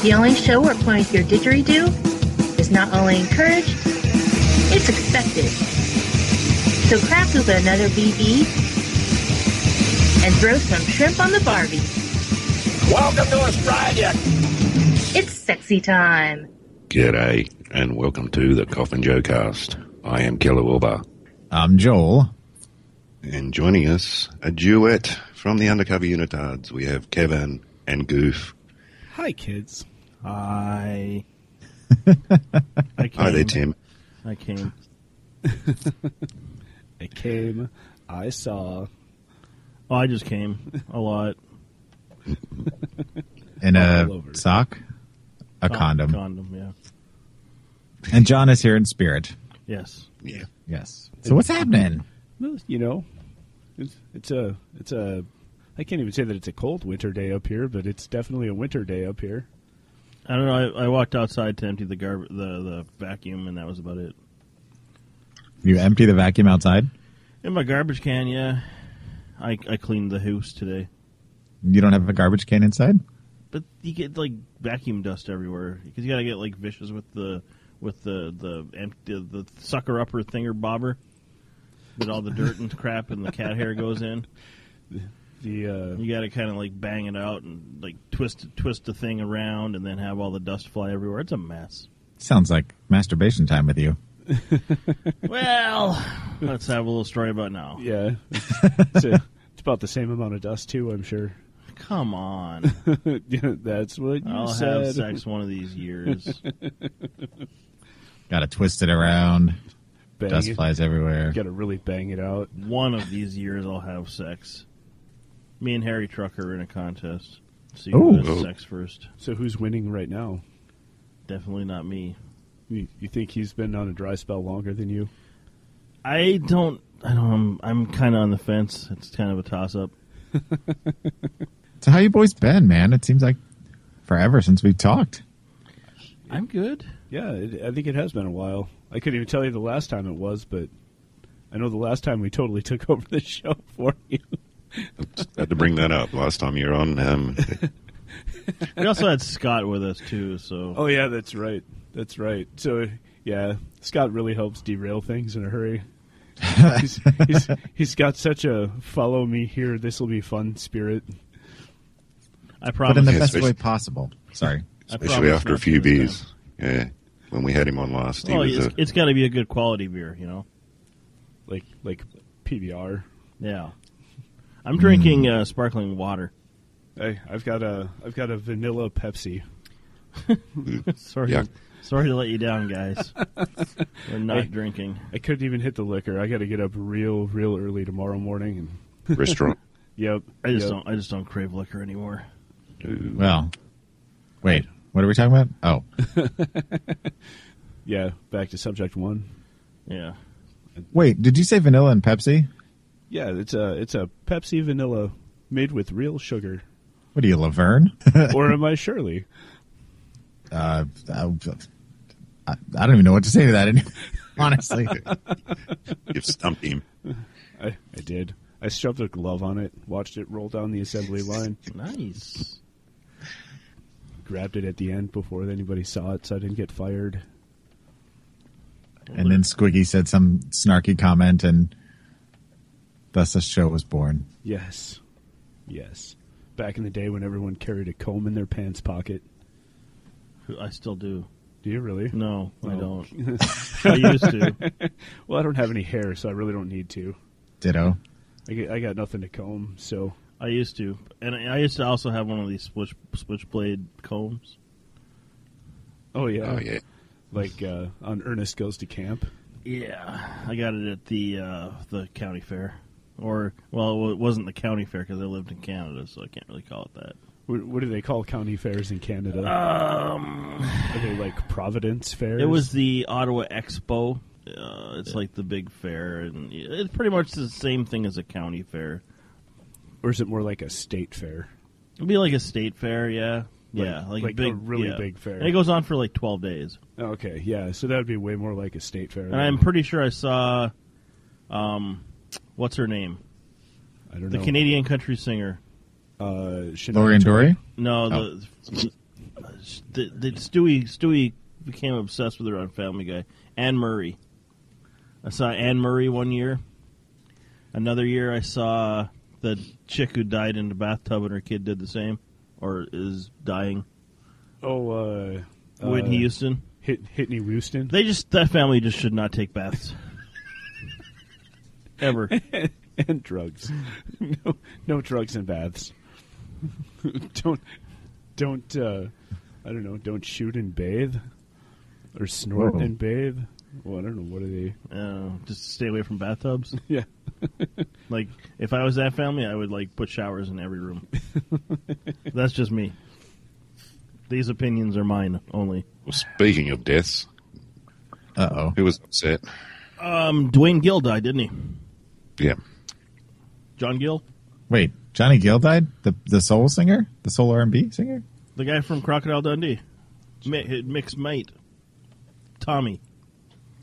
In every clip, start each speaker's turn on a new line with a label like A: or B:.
A: The only show where playing with your didgeridoo is not only encouraged, it's expected. So crack open another BB and throw some shrimp on the Barbie.
B: Welcome to Australia.
A: It's sexy time.
C: G'day, and welcome to the Coffin Joe cast. I am Keller Wilbur,
D: I'm Joel.
C: and joining us, a duet from the Undercover Unitards. We have Kevin and Goof.
E: Hi, kids. I. I came.
C: Hi there, Tim.
E: I came. I came. I saw. Oh, I just came a lot.
D: In
E: All
D: a
E: over.
D: sock,
F: Oh,
D: a
E: Con-
D: condom.
E: Condom. Yeah.
D: And John is here in spirit.
E: Yes.
C: Yeah.
D: Yes. So what's happening?
E: Well, you know, it's, it's a it's a. I can't even say that it's a cold winter day up here, but it's definitely a winter day up here.
F: I don't know. I, I walked outside to empty the garb, the the vacuum, and that was about it.
D: You empty the vacuum outside?
F: In my garbage can, yeah. I I cleaned the house today,
D: You don't have a garbage can inside?
F: but you get like vacuum dust everywhere because you gotta get like vicious with the with the the empty the sucker upper thinger bobber that all the dirt and crap and the cat hair goes in.
E: The uh,
F: You gotta kind of like bang it out and like twist twist the thing around and then have all the dust fly everywhere. It's a mess.
D: Sounds like masturbation time with you.
F: Well, let's have a little story about now.
E: yeah, it's, a- it's about the same amount of dust too. I'm sure.
F: Come on.
E: Yeah, That's what you
F: I'll
E: said.
F: have sex one of these years.
D: Got to twist it around.
E: Bang
D: Dust
E: it.
D: flies everywhere.
E: Got to really bang it out.
F: one of these years, I'll have sex. Me and Harry Truck are in a contest. See
D: Ooh.
F: who has sex first.
E: So who's winning right now?
F: Definitely not me.
E: You, you think he's been on a dry spell longer than you?
F: I don't. I don't. I'm, I'm kind of on the fence. It's kind of a toss up.
D: So how you boys been, man? It seems like forever since we've talked.
F: I'm good.
E: Yeah, it, I think it has been a while. I couldn't even tell you the last time it was, but I know the last time we totally took over the show for you.
C: Had to bring that up last time you were on. Um,
F: We also had Scott with us too. So
E: Oh yeah, that's right. That's right. So yeah, Scott really helps derail things in a hurry. he's, he's, he's got such a follow me here, this will be fun spirit.
F: I
D: But in
F: promise.
D: the
C: Yes,
D: best
C: it's-
D: way possible. Sorry.
F: I
C: especially
F: promise
C: after a
F: not
C: few
F: to this
C: beers. Yeah. When we had him on last,
F: time.
C: he
F: Oh,
C: was
F: it's,
C: a,
F: it's got to be a good quality beer, you know.
E: Like like PBR.
F: Yeah. I'm drinking uh, sparkling water.
E: I, I've got a I've got a vanilla Pepsi.
F: Sorry,
C: Yeah.
F: sorry to let you down, guys. We're not drinking.
E: I couldn't even hit the liquor. I got to get up real real early tomorrow morning. And,
C: restaurant.
E: yep.
F: I just
E: yep.
F: don't. I just don't crave liquor anymore.
D: Well, wait. What are we talking about? Oh,
E: Yeah. Back to subject one.
F: Yeah,
D: wait. Did you say vanilla and Pepsi?
E: Yeah, it's a it's a Pepsi vanilla made with real sugar.
D: What are you, Laverne?
E: or am I Shirley?
D: uh, I, I I don't even know what to say to that. any- Honestly,
C: You've stumped him.
E: I, I did. I shoved a glove on it, watched it roll down the assembly line,
F: nice.
E: grabbed it at the end before anybody saw it, so I didn't get fired.
D: and then Squiggy said some snarky comment, and thus the show was born.
E: Yes, yes. Back in the day when everyone carried a comb in their pants pocket.
F: I still do.
E: Do you really?
F: No, I
E: No.
F: don't. I used to.
E: Well, I don't have any hair, so I really don't need to.
D: Ditto.
E: I, get- I got nothing to comb, so
F: I used to, and I I used to also have one of these switch switchblade combs.
E: oh yeah,
C: Oh yeah.
E: like uh, on Ernest goes to camp.
F: Yeah, I got it at the uh, the county fair. Or, well, it wasn't the county fair because I lived in Canada, so I can't really call it that.
E: What, what do they call county fairs in Canada? Are they like Providence fairs?
F: Um. It was the Ottawa Expo. Uh, it's like the big fair, and it's pretty much the same thing as a county fair.
E: or is it more like a state fair?
F: It'd be like a state fair, yeah, yeah, like,
E: like a
F: a big,
E: really
F: yeah.
E: big fair.
F: And it goes on for like twelve days.
E: Okay, yeah. So that would be way more like a state fair.
F: And I'm pretty sure I saw, um, what's her name?
E: I don't
F: The
E: know.
F: Canadian country singer.
E: uh, Shania
D: Lori and Dory?
F: No, the, the, the Stewie Stewie became obsessed with her on Family Guy. Anne Murray. I saw Anne Murray one year. Another year, I saw the chick who died in the bathtub, and her kid did the same, or is dying.
E: Oh, uh,
F: Whitney Houston.
E: Hit, Hitney Houston.
F: They just that family just should not take baths. Ever.
E: and drugs. no, no drugs and baths. don't, don't. Uh, I don't know. Don't shoot and bathe, or snort
D: Whoa.
E: and bathe. Well, I don't know. What are they?
F: Uh, just stay away from bathtubs.
E: Yeah.
F: Like if I was that family, I would like put showers in every room. That's just me. These opinions are mine only.
C: Well, speaking of deaths,
D: Uh oh.
C: who was upset?
F: Um, Dwayne Gill died, didn't he?
C: Yeah.
F: John Gill,
D: Wait, Johnny Gill died? The the soul singer? The soul R and B singer?
F: the guy from Crocodile Dundee, Mi- mixed mate, Tommy.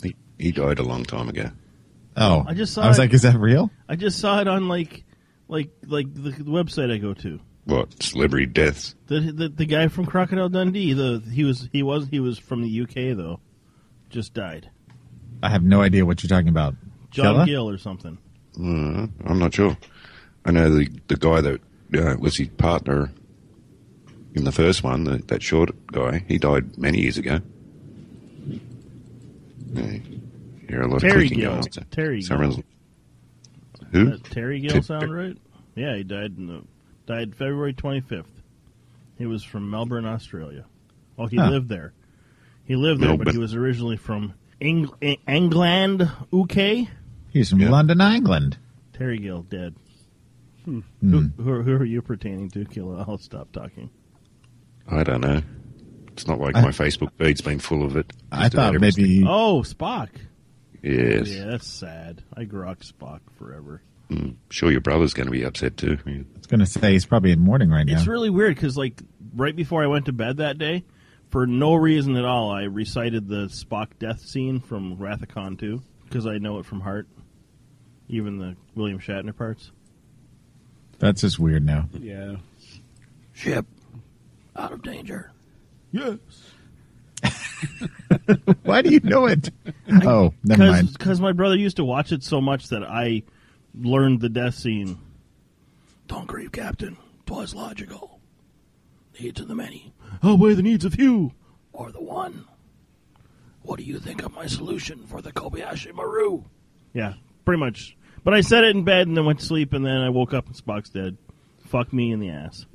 C: He, he died a long time ago.
D: Oh.
F: I just saw
D: was
F: it.
D: like, is that real?
F: I just saw it on like, like, like the website I go to.
C: What? Celebrity deaths?
F: The, the the guy from Crocodile Dundee. The he was he was he was from the UK though, just died.
D: I have no idea what you're talking about.
F: John
D: Killa?
F: Gill or something.
C: Uh, I'm not sure. I know the, the guy that uh, was his partner in the first one, the, that short guy, he died many years ago. Yeah, hear a lot
F: Terry
C: of clicking
F: Gill.
C: going on.
F: Terry
C: Someone's-
F: Gill.
C: Who?
F: That Terry Gill
C: Ter-
F: sound right? Yeah, he died in the died February twenty fifth. He was from Melbourne, Australia. Oh, he
D: Huh.
F: lived there. He lived there, but
C: Melbourne.
F: he was originally from Eng- Eng- England, UK.
D: He's from
C: Yeah.
D: London, England.
F: Terry Gill dead. Who, who, are- who are you pertaining to, Killa? I'll stop talking.
C: I don't know. It's not like
D: I-
C: my Facebook feed's been full of it.
D: I
C: Just about
D: thought
C: everything.
D: maybe
F: Oh, Spock.
C: Yes.
F: Yeah, that's sad. I grok Spock forever.
C: Sure, your brother's going to be upset too.
D: I was going to say he's probably in mourning right now.
F: It's really weird because, like, right before I went to bed that day, for no reason at all, I recited the Spock death scene from Wrath of Khan 2 because I know it from heart, even the William Shatner parts.
D: That's just weird now.
E: Yeah.
F: Ship out of danger.
E: Yes.
D: Why do you know it? Oh, never mind.
F: Because my brother used to watch it so much that I learned the death scene. Don't grieve, Captain. Twas logical. Needs of the many outweigh the needs of few, or the one. What do you think of my solution for the Kobayashi Maru? Yeah, pretty much. But I said it in bed and then went to sleep, and then I woke up and Spock's dead. Fuck me in the ass.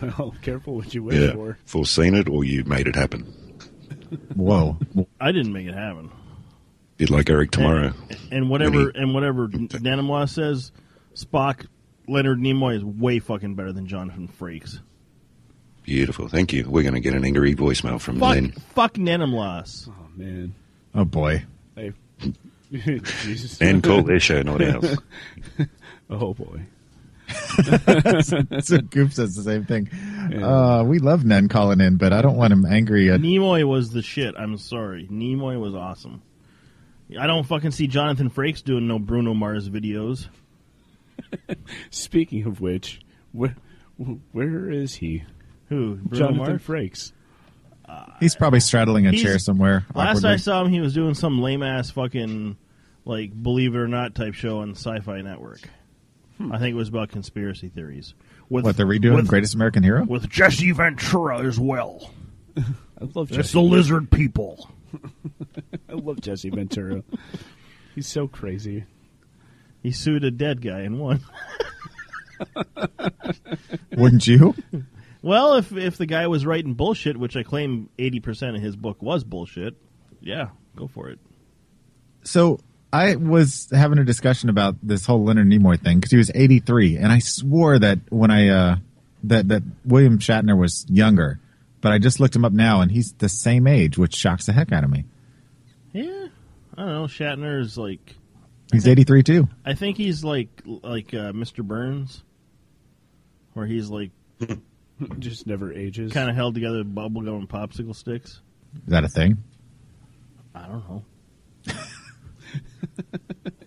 E: Well, careful what you wish
C: Yeah.
E: for.
C: Foreseen it or you made it happen?
D: Whoa.
F: I didn't make it happen.
C: Did like Eric tomorrow.
F: And whatever
C: Really?
F: and whatever Nanamoa says, Spock, Leonard Nimoy is way fucking better than Jonathan Frakes.
C: Beautiful. Thank you. We're going to get an angry voicemail from
F: Fuck,
C: Lynn.
F: fuck Nanamoas.
E: Oh man.
D: Oh, boy.
E: I. Jesus.
C: Lynn, call their show, not ours.
E: Oh boy.
D: So Goop says the same thing. Uh, we love Nen calling in, but I don't want him angry at
F: Nimoy was the shit. I'm sorry. Nimoy was awesome. I don't fucking see Jonathan Frakes doing no Bruno Mars videos.
E: Speaking of which, where where is he?
F: Who? Bruno
E: Jonathan
F: Mars?
E: Frakes.
D: He's probably straddling a
F: He's-
D: chair somewhere.
F: Last
D: awkwardly.
F: I saw him, he was doing some lame ass fucking, like, believe it or not type show on Sci Fi Network. I think it was about conspiracy theories. With,
D: what they're redoing
F: with-
D: Greatest American Hero?
F: With Jesse Ventura as well.
E: I love
F: That's
E: Jesse.
F: the lizard people.
E: I love Jesse Ventura. He's so crazy.
F: He sued a dead guy and won.
D: Wouldn't you?
F: Well, if if the guy was writing bullshit, which I claim eighty percent of his book was bullshit, yeah, go for it.
D: So I was having a discussion about this whole Leonard Nimoy thing because he was 83, and I swore that when I uh, that that William Shatner was younger, but I just looked him up now, and he's the same age, which shocks the heck out of me.
F: Yeah, I don't know. Shatner is like,
D: He's 83 too.
F: I think he's like like uh, Mr. Burns, where he's like
E: Just never ages.
F: kind of held together with bubblegum and popsicle sticks.
D: Is that a thing?
F: I don't know.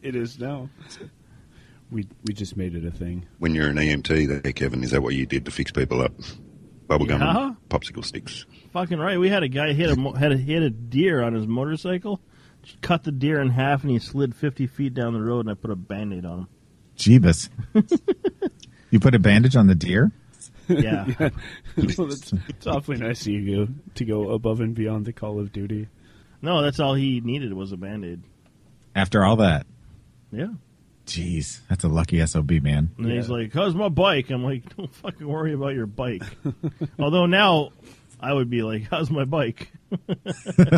E: It is now. We we just made it a thing.
C: When you're an E EMT there, Kevin, is that what you did to fix people up? Bubblegum
F: Yeah.
C: and popsicle sticks.
F: Fucking right. We had a guy hit a mo- had a, hit a deer on his motorcycle. Just cut the deer in half, and he slid fifty feet down the road, and I put a band-aid on
D: Jeebus. you put a bandage on the deer?
F: him. Yeah,
E: well, it's, it's awfully nice of you to go above and beyond the Call of Duty.
F: no, that's all he needed was a band-aid.
D: After all that.
F: Yeah.
D: Jeez, that's a lucky SOB, man.
F: And he's like, "How's my bike?" I'm like, "Don't fucking worry about your bike." Although now, I would be like, "How's my bike?"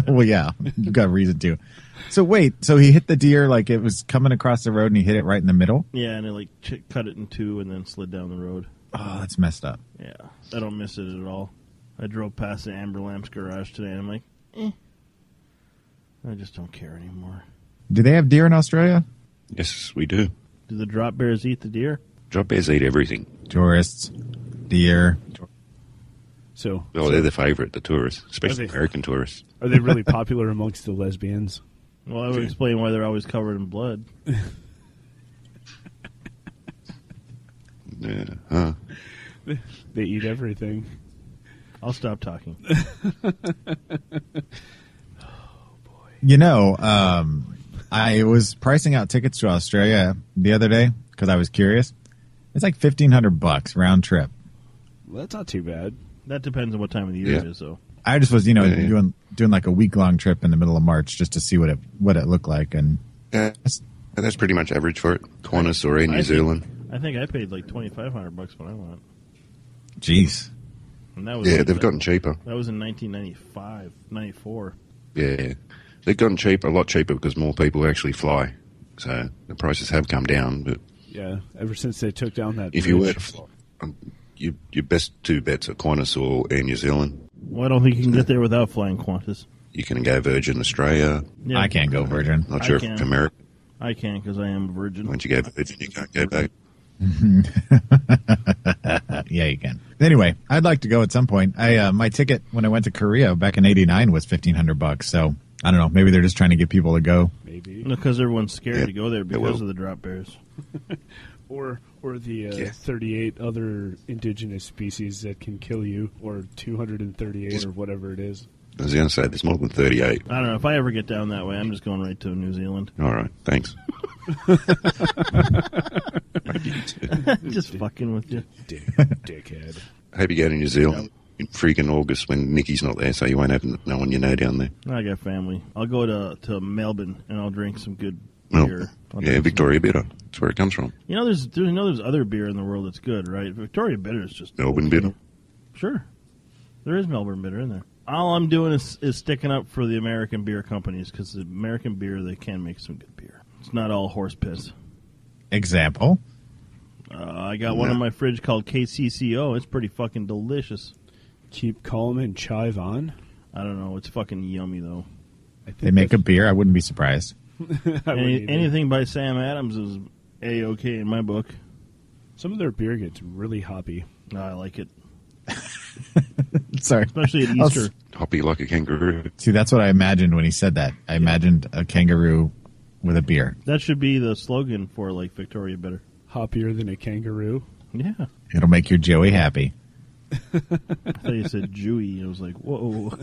D: well, yeah, you got a reason to. So wait, so he hit the deer like it was coming across the road and he hit it right in the middle?
F: Yeah, and I like ch- cut it in two and then slid down the road.
D: Oh, that's messed up.
F: Yeah, I don't miss it at all. I drove past the Amber Lamps garage today, and I'm like, eh. I just don't care anymore.
D: Do they have deer in Australia?
C: Yes, we do.
F: Do the drop bears eat the deer?
C: Drop bears eat everything.
D: Tourists, deer.
E: So
C: Oh, they're the favourite, the tourists, especially
E: Are they?
C: American tourists.
E: are they really popular amongst the lesbians?
F: Well, I would explain why they're always covered in blood.
C: Yeah. Huh.
E: They eat everything.
F: I'll stop talking.
D: You know, um, I was pricing out tickets to Australia the other day because I was curious. It's like fifteen hundred bucks round trip.
E: Well, that's not too bad.
F: That depends on what time of the year it
C: Yeah.
F: is, though.
D: I just was, you know,
C: Yeah, yeah.
D: doing doing like a week long trip in the middle of March just to see what it what it looked like, and
C: Yeah,
D: that's-
C: that's pretty much average for it. Qantas or Air
F: I
C: New
F: think-
C: Zealand.
F: I think I paid like twenty five hundred bucks when I went,
D: jeez,
F: and that was
C: Yeah,
F: like
C: they've
F: the-
C: gotten cheaper.
F: That was in 1995, 94.
C: Yeah, they've gotten cheap, a lot cheaper because more people actually fly, so the prices have come down. But
E: Yeah, ever since they took down that.
C: if you were
E: bridge.
C: to fly, um, your your best two bets are Qantas or Air New Zealand.
F: Well, I don't think you can get there without flying Qantas.
C: You can go Virgin Australia.
F: Yeah,
D: I can't go Virgin.
C: Not
F: I
C: sure
F: can.
C: if America.
F: I can't because I am a virgin.
C: Once you go Virgin, you can't go back.
D: Yeah, you can. Anyway, I'd like to go at some point. I uh, my ticket when I went to Korea back in '89 was fifteen hundred bucks. So I don't know. Maybe they're just trying to get people to go.
E: maybe,
F: Because everyone's scared
C: Yeah,
F: to go there because
C: will.
F: of the drop bears.
E: or or the uh,
C: Yeah.
E: 38 other indigenous species that can kill you, or 238 or whatever it is.
C: I was going to say there's more than 38.
F: I don't know. If I ever get down that way, I'm just going right to New Zealand.
C: All right, thanks.
F: just fucking with you.
E: Dick, dickhead.
C: Hope you go to New Zealand in freaking August when Nikki's not there, so you won't have n- no one you know down there.
F: I got family. I'll go to, to Melbourne and I'll drink some good
C: Well,
F: beer. I'll
C: yeah,
F: drink-
C: Victoria Bitter. That's where it comes from.
F: You know, there's, there's, you know, there's other beer in the world that's good, right? Victoria Bitter is just
C: Melbourne Bitter.
F: Sure. There is Melbourne bitter in there. All I'm doing is, is sticking up for the American beer companies because the American beer, they can make some good beer. It's not all horse piss.
D: Example.
F: Uh, I got one in my fridge called KCCO. It's pretty fucking delicious.
E: Keep calm and chive on.
F: I don't know. It's fucking yummy, though.
E: I think
D: They make a beer. I wouldn't be surprised.
E: that's- I wouldn't
F: Any,
E: either.
F: anything by Sam Adams is A-OK in my book.
E: Some of their beer gets really hoppy.
F: I like it.
D: Sorry.
F: Especially at
D: I'll s-
F: Easter.
C: Hoppy like a kangaroo.
D: See, that's what I imagined when he said that. I imagined a kangaroo with a beer.
F: That should be the slogan for, like, Victoria Bitter.
E: Hoppier than a kangaroo.
F: Yeah.
D: It'll make your Joey happy.
F: I thought you said Jewy. I was like, whoa.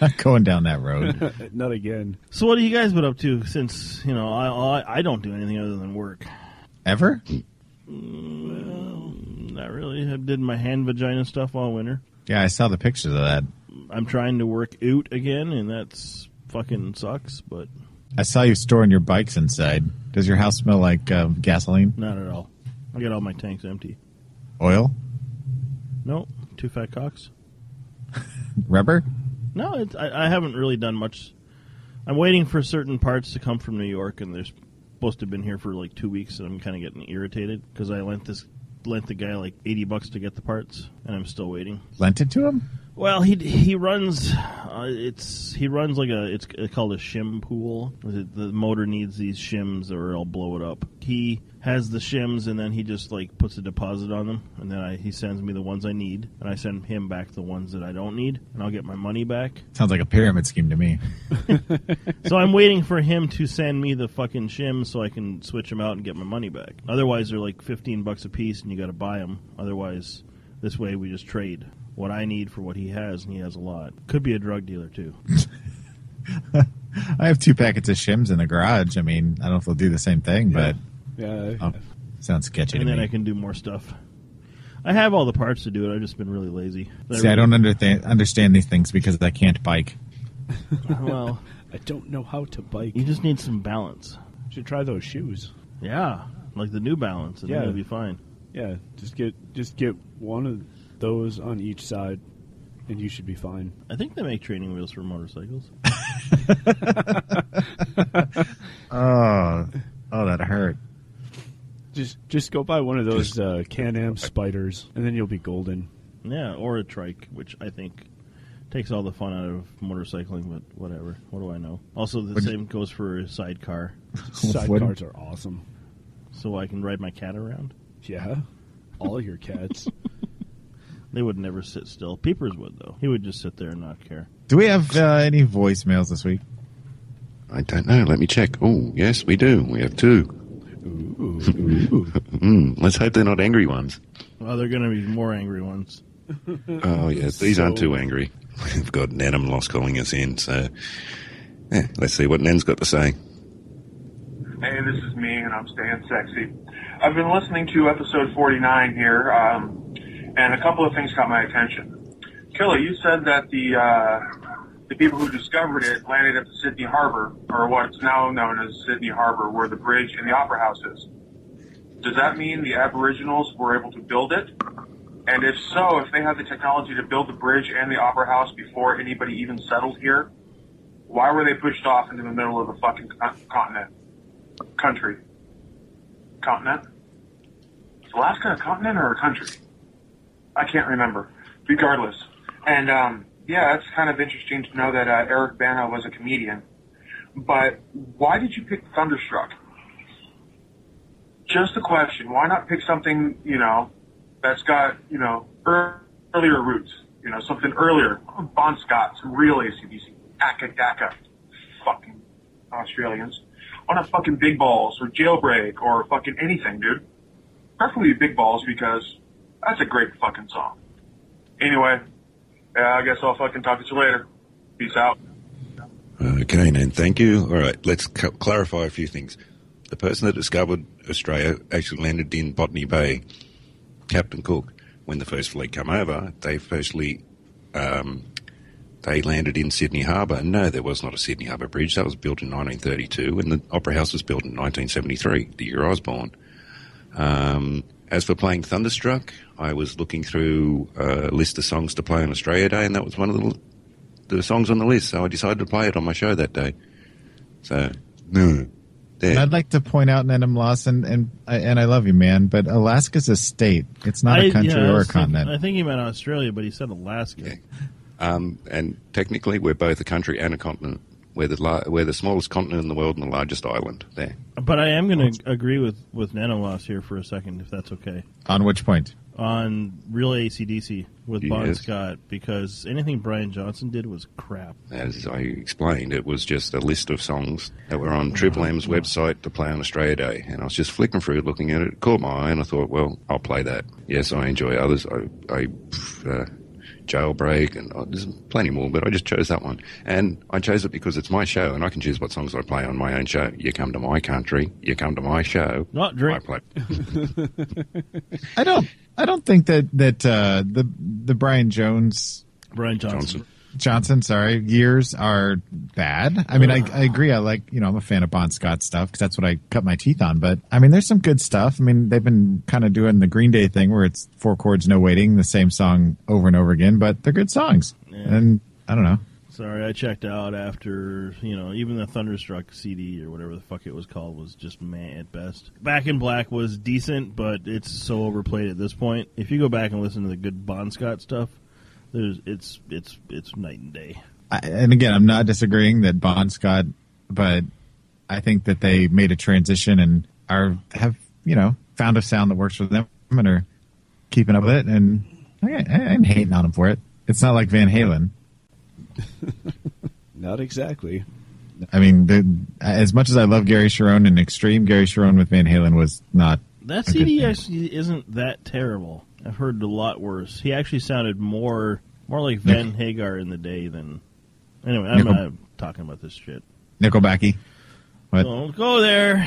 D: Not going down that road.
E: Uh, Not again.
F: So what have you guys been up to since, you know, I, I, I don't do anything other than work.
D: Ever?
F: Not really. I did my hand vagina stuff all winter.
D: Yeah, I saw the pictures of that.
F: I'm trying to work out again, and that's fucking sucks, but
D: I saw you storing your bikes inside. Does your house smell like um, gasoline?
F: not at all. I got all my tanks empty.
D: Oil?
F: No, two fat cocks.
D: Rubber?
F: No, it's, I, I haven't really done much I'm waiting for certain parts to come from New York, and they're supposed to have been here for like two weeks, and I'm kind of getting irritated because I lent this lent the guy like 80 bucks to get the parts, and I'm still waiting.
D: Lent it to him?
F: Well, he he runs. Uh, it's he runs like a it's called a shim pool. The, the motor needs these shims, or it'll blow it up. He has the shims, and then he just like puts a deposit on them, and then I, he sends me the ones I need, and I send him back the ones that I don't need, and I'll get my money back.
D: Sounds like a pyramid scheme to me.
F: so I'm waiting for him to send me the fucking shims so I can switch them out and get my money back. Otherwise, they're like 15 bucks a piece, and you got to buy them. Otherwise, this way we just trade what I need for what he has, and he has a lot. Could be a drug dealer too.
D: I have two packets of shims in the garage. I mean, I don't know if they'll do the same thing,
E: Yeah,
F: Oh.
D: but um, sounds sketchy
F: and
D: to
F: then
D: me.
F: I can do more stuff. I have all the parts to do it. I've just been really lazy.
D: See, I don't understand understand these things because I can't bike.
F: Well,
E: I don't know how to bike.
F: you just need some balance.
E: should try those shoes.
F: Yeah, like the New Balance, and
E: Yeah.
F: then you'll be fine.
E: Yeah, just get just get one of those on each side, and you should be fine.
F: I think they make training wheels for motorcycles.
D: Oh, oh, that hurt.
E: Just just go buy one of those uh, Can-Am spiders, and then you'll be golden.
F: Yeah, or a trike, which I think takes all the fun out of motorcycling. But whatever. What do I know? Also, the
D: What'd you-
F: same goes for a sidecar,
E: Sidecars are awesome.
F: so I can ride my cat around.
E: Yeah, all your cats.
F: They would never sit still. Peepers would though. He would just sit there and not care.
D: Do we have uh, any voicemails this week?
C: I don't know. Let me check. Oh, yes, we do. We have two. Mm, let's hope they're not angry ones.
F: Well, they're going to be more angry ones.
C: Oh, yes, these aren't
E: So-
C: too angry. We've got Nanum Lost calling us in, so yeah, let's see what Nan's got to say.
G: Hey, this is me, and I'm staying sexy. I've been listening to episode 49 here, um, and a couple of things caught my attention. Killer, you said that the uh, the people who discovered it landed at the Sydney Harbor, or what's now known as Sydney Harbor, where the bridge and the Opera House is. Does that mean the Aboriginals were able to build it? And if so, if they had the technology to build the bridge and the Opera House before anybody even settled here, why were they pushed off into the middle of the fucking con- continent? country. Continent? Is Alaska a continent or a country? I can't remember. Regardless. And um, yeah, it's kind of interesting to know that uh, Eric Bana was a comedian. But why did you pick Thunderstruck? Just a question. Why not pick something, you know, that's got, you know, ear- earlier roots? You know, something earlier. Bon Scott, some real ACDC. Akka Daka. Fucking Australians. Why not fucking Big Balls or Jailbreak or fucking anything, dude? Preferably Big Balls because that's a great fucking song. Anyway, yeah, I guess I'll fucking talk to you later. Peace out.
C: Okay, Nan, thank you. All right, let's c- clarify a few things. The person that discovered Australia actually landed in Botany Bay, Captain Cook. When the first fleet come over, they firstly um, they landed in Sydney Harbour. No, there was not a Sydney Harbour Bridge. That was built in 1932, and the Opera House was built in 1973, the year I was born. Um, as for playing Thunderstruck, I was looking through uh, a list of songs to play on Australia Day, and that was one of the the songs on the list, so I decided to play it on my show that day. So, mm, there.
D: And I'd like to point out, Nenim Lawson, and I- and I love you, man, but Alaska's a state. It's not
F: I-
D: a country
F: yeah, I
D: or a
F: was thinking-
D: continent.
F: I think he meant Australia, but he said Alaska.
C: Yeah. um, and technically, we're both a country and a continent. We're the, la- we're the smallest continent in the world and the largest island. There.
F: But I am going to agree with with Nanolos here for a second, if that's okay.
D: On which point?
F: on real ACDC with Bon
C: Yes.
F: Scott because anything Brian Johnson did was crap.
C: As I explained, it was just a list of songs that were on Triple
F: Mm-hmm.
C: M's website to play on Australia Day. And I was just flicking through, looking at it, it caught my eye, and I thought, well, I'll play that. Yes, I enjoy others. I, I uh, jailbreak, and uh, there's plenty more, but I just chose that one. And I chose it because it's my show, and I can choose what songs I play on my own show. You come to my country, you come to my show.
F: Not
C: I
F: drink.
C: play.
D: I don't. I don't think that that uh, the the Brian Jones
F: Brian Johnson.
C: Johnson.
D: Johnson, sorry, years are bad. I mean, I, I agree. I like, you know, I'm a fan of Bon Scott stuff because that's what I cut my teeth on. But I mean, there's some good stuff. I mean, they've been kind of doing the Green Day thing where it's four chords, no waiting, the same song over and over again, but they're good songs.
F: Yeah.
D: And I don't know.
F: Sorry, I checked out after you know even the Thunderstruck CD or whatever the fuck it was called was just meh at best. Back in Black was decent, but it's so overplayed at this point. If you go back and listen to the good Bon Scott stuff, there's it's it's it's night and day.
D: I, and again, I'm not disagreeing that Bon Scott, but I think that they made a transition and are have you know found a sound that works for them and are keeping up with it. And I, I, I'm hating on them for it. It's not like Van Halen.
E: Not exactly.
D: I mean, the, as much as I love Gary Sharon and Extreme, Gary Sharon with Van Halen was not.
F: That
D: a good
F: CD
D: thing.
F: actually isn't that terrible. I've heard a lot worse. He actually sounded more more like Van Hagar in the day than. Anyway, I'm
D: Nickel-
F: not talking about this shit.
D: Nickelbacky. But-
F: Don't go there.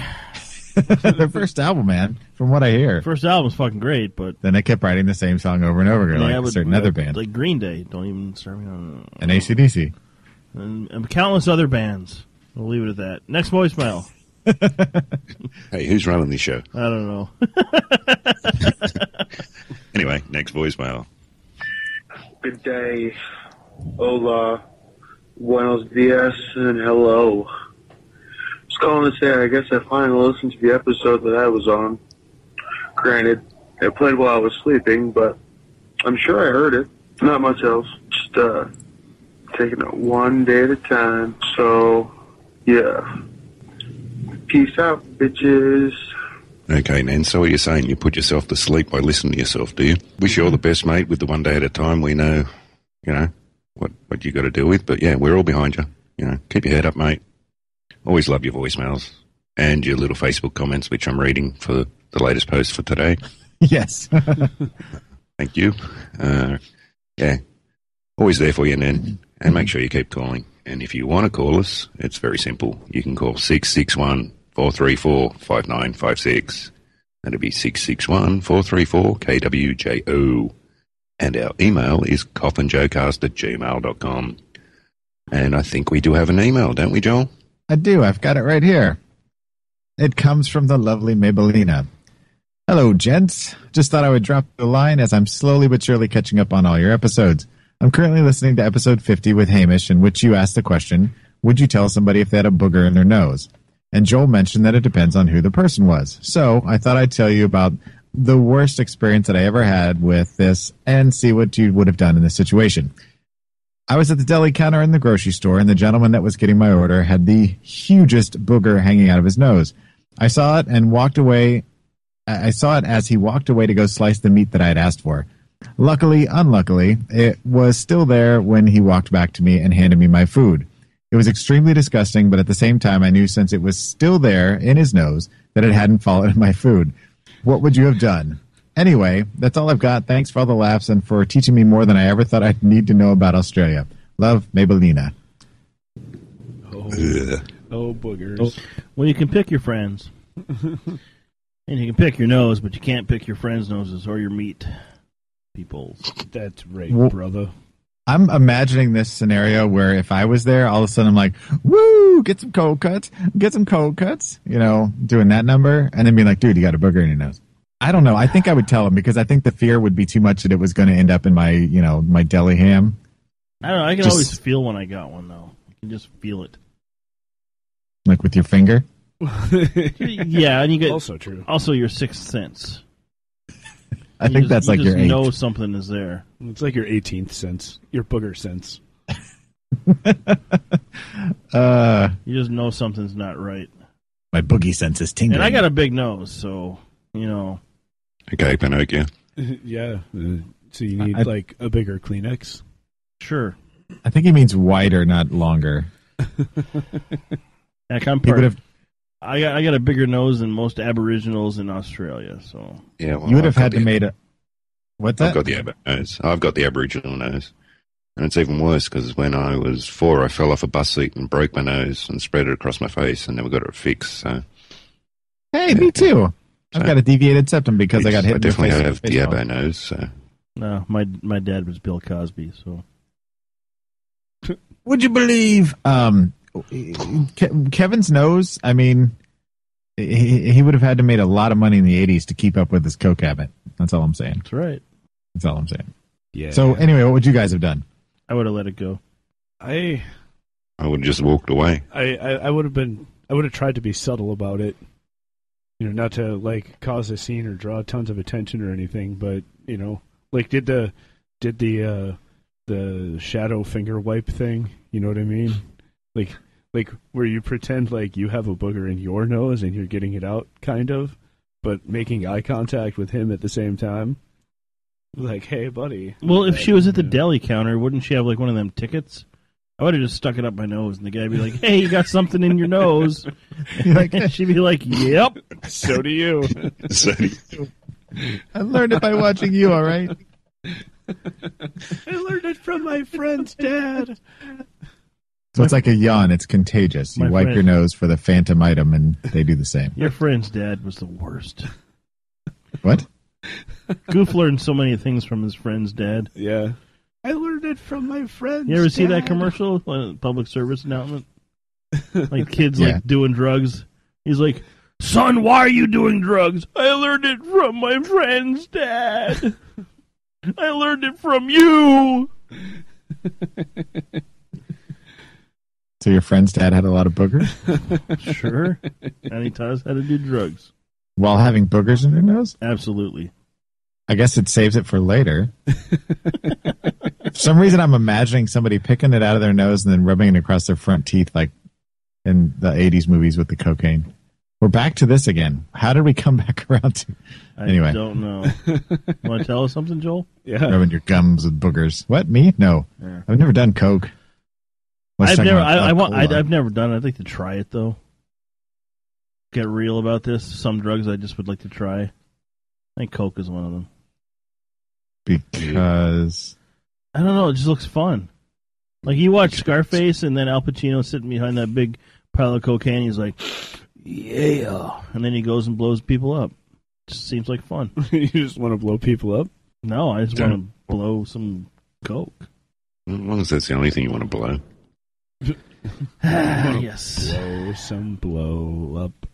D: Their first album, man, from what I hear.
F: First album's fucking great, but
D: Then they kept writing the same song over and over again,
F: Yeah,
D: like
F: I
D: a
F: would-
D: certain other band,
F: like Green Day. Don't even start me on
D: and ACDC.
F: and, and countless other bands. We'll leave it at that. Next voicemail.
C: Hey, who's running this show?
F: I don't know.
C: Anyway, next voicemail.
G: Good day. Hola. Buenos dias and hello. Just calling to say I guess I finally listened to the episode that I was on. Granted, it played while I was sleeping, but I'm sure I heard it. Not much else. Just uh taking it one day at a time. So yeah. Peace out, bitches.
C: Okay, Nan, so what are you saying? You put yourself to sleep by listening to yourself, do you? Wish you all the best, mate, with the one day at a time. We know, you know, what, what you got to deal with. But yeah, we're all behind you. You know, keep your head up, mate. Always love your voicemails and your little Facebook comments, which I'm reading for the latest post for today.
D: Yes,
C: Thank you. Uh, yeah, always there for you, Nan. And make sure you keep calling. And if you want to call us, it's very simple. You can call 661 434 5956. That'd be 661 434 KWJO. And our email is coffinjocast at gmail.com. And I think we do have an email, don't we, Joel?
D: I do. I've got it right here. It comes from the lovely Mabelina. Hello, gents. Just thought I would drop the line as I'm slowly but surely catching up on all your episodes. I'm currently listening to episode 50 with Hamish, in which you asked the question Would you tell somebody if they had a booger in their nose? And Joel mentioned that it depends on who the person was. So I thought I'd tell you about the worst experience that I ever had with this and see what you would have done in this situation. I was at the deli counter in the grocery store, and the gentleman that was getting my order had the hugest booger hanging out of his nose. I saw it and walked away. I I saw it as he walked away to go slice the meat that I had asked for. Luckily, unluckily, it was still there when he walked back to me and handed me my food. It was extremely disgusting, but at the same time, I knew since it was still there in his nose that it hadn't fallen in my food. What would you have done? Anyway, that's all I've got. Thanks for all the laughs and for teaching me more than I ever thought I'd need to know about Australia. Love, Mabelina.
C: Ugh.
E: Oh, boogers.
F: well, you can pick your friends, and you can pick your nose, but you can't pick your friends' noses or your meat people's.
E: That's right,
D: Well-
E: brother.
D: I'm imagining this scenario where if I was there, all of a sudden I'm like, woo, get some cold cuts, get some cold cuts, you know, doing that number, and then being like, dude, you got a booger in your nose. I don't know. I think I would tell him because I think the fear would be too much that it was going to end up in my, you know, my deli ham.
F: I don't know. I can
D: Just-
F: always feel when I got one though. I can just feel it.
D: Like with your finger.
F: yeah, and you get also,
E: also true.
F: your sixth sense.
D: I
F: You
D: think
F: just-
D: that's
F: you
D: like
F: just
D: your eight.
F: know something is there.
E: It's like your 18th sense, your booger sense.
D: Uh,
F: You just know something's not right.
D: my boogie sense is tingling.
F: And I got a big nose, so you know.
C: Okay, Pinocchio.
E: yeah. Uh, so you need
D: I-
E: like a bigger Kleenex.
F: Sure.
D: I think he means wider, not longer.
F: Heck, I'm
D: He
F: part-
D: would have.
F: I got I got a bigger nose than most Aboriginals in Australia. So
C: Yeah, well,
D: You would have
C: I've got
D: had to
C: the-
D: made a. What's that?
C: I've got the ab- nose. I've got the Aboriginal nose, and it's even worse because when I was four, I fell off a bus seat and broke my nose and spread it across my face, and never got it fixed. So
D: hey, me too. I've got a deviated septum because I got hit.
C: I
D: in the
C: definitely
D: face
C: have
D: with a
C: the
D: baseball.
C: Abbo nose. So
F: no, my my dad was Bill Cosby. So
D: Would you believe? Um, Ke- Kevin's nose. I mean, he, he would have had to made a lot of money in the '80s to keep up with his coke habit. That's all I'm saying.
F: that's right.
D: That's all I'm saying.
E: Yeah.
D: So anyway, what would you guys have done?
F: I would have let it go.
E: I,
C: I would have just walked away.
E: I, I, I would have been. I would have tried to be subtle about it. You know, not to like cause a scene or draw tons of attention or anything, but you know, like did the did the uh the shadow finger wipe thing. You know what I mean? Like like where you pretend like you have a booger in your nose and you're getting it out, kind of, but making eye contact with him at the same time. Like, hey, buddy.
F: Well, if she was at the
E: Yeah.
F: deli counter, wouldn't she have like one of them tickets? I would have just stuck it up my nose, and the guy'd be like, "Hey, you got something in your nose?" And she'd be like, "Yep."
E: So do you.
C: So,
D: I learned it by watching you, all right?
E: I learned it from my friend's dad.
D: So it's like a yawn. It's contagious. You
F: My
D: wipe
F: friend-
D: your nose for the phantom item, and they do the same.
F: Your friend's dad was the worst.
D: What?
F: Goof learned so many things from his friend's dad.
E: Yeah. I learned it from my friends.
F: You ever see that
E: dad.
F: commercial, uh, public service announcement? Like kids
D: Yeah.
F: like doing drugs. He's like, "Son, why are you doing drugs?" I learned it from my friend's dad. I learned it from you.
D: So your friend's dad had a lot of boogers
F: Sure. and he taught us how to do drugs.
D: while having boogers in their nose?
F: Absolutely.
D: I guess it saves it for later. for some reason, I'm imagining somebody picking it out of their nose and then rubbing it across their front teeth, like in the 80s movies with the cocaine. We're back to this again. How did we come back around to
F: I
D: Anyway.
F: don't know. Want to tell us something, Joel?
E: Yeah.
D: rubbing your gums with boogers? What, me? No.
F: Yeah.
D: I've never done coke. Unless
F: I've
D: I'm
F: never.
D: on
F: I, I want. I,
D: Cola.
F: I've never done. it. I'd like to try it though. Get real about this. Some drugs I just would like to try. I think coke is one of them.
D: because
F: I don't know. It just looks fun. Like you watch Scarface, and then Al Pacino sitting behind that big pile of cocaine. He's like, "Yeah," and then he goes and blows people up. Just seems like fun.
E: you just want to blow people up?
F: No, I just
C: Yeah.
F: want to blow some coke.
C: as long as that's the only thing you want to blow.
F: yes,
E: Blow some blow up.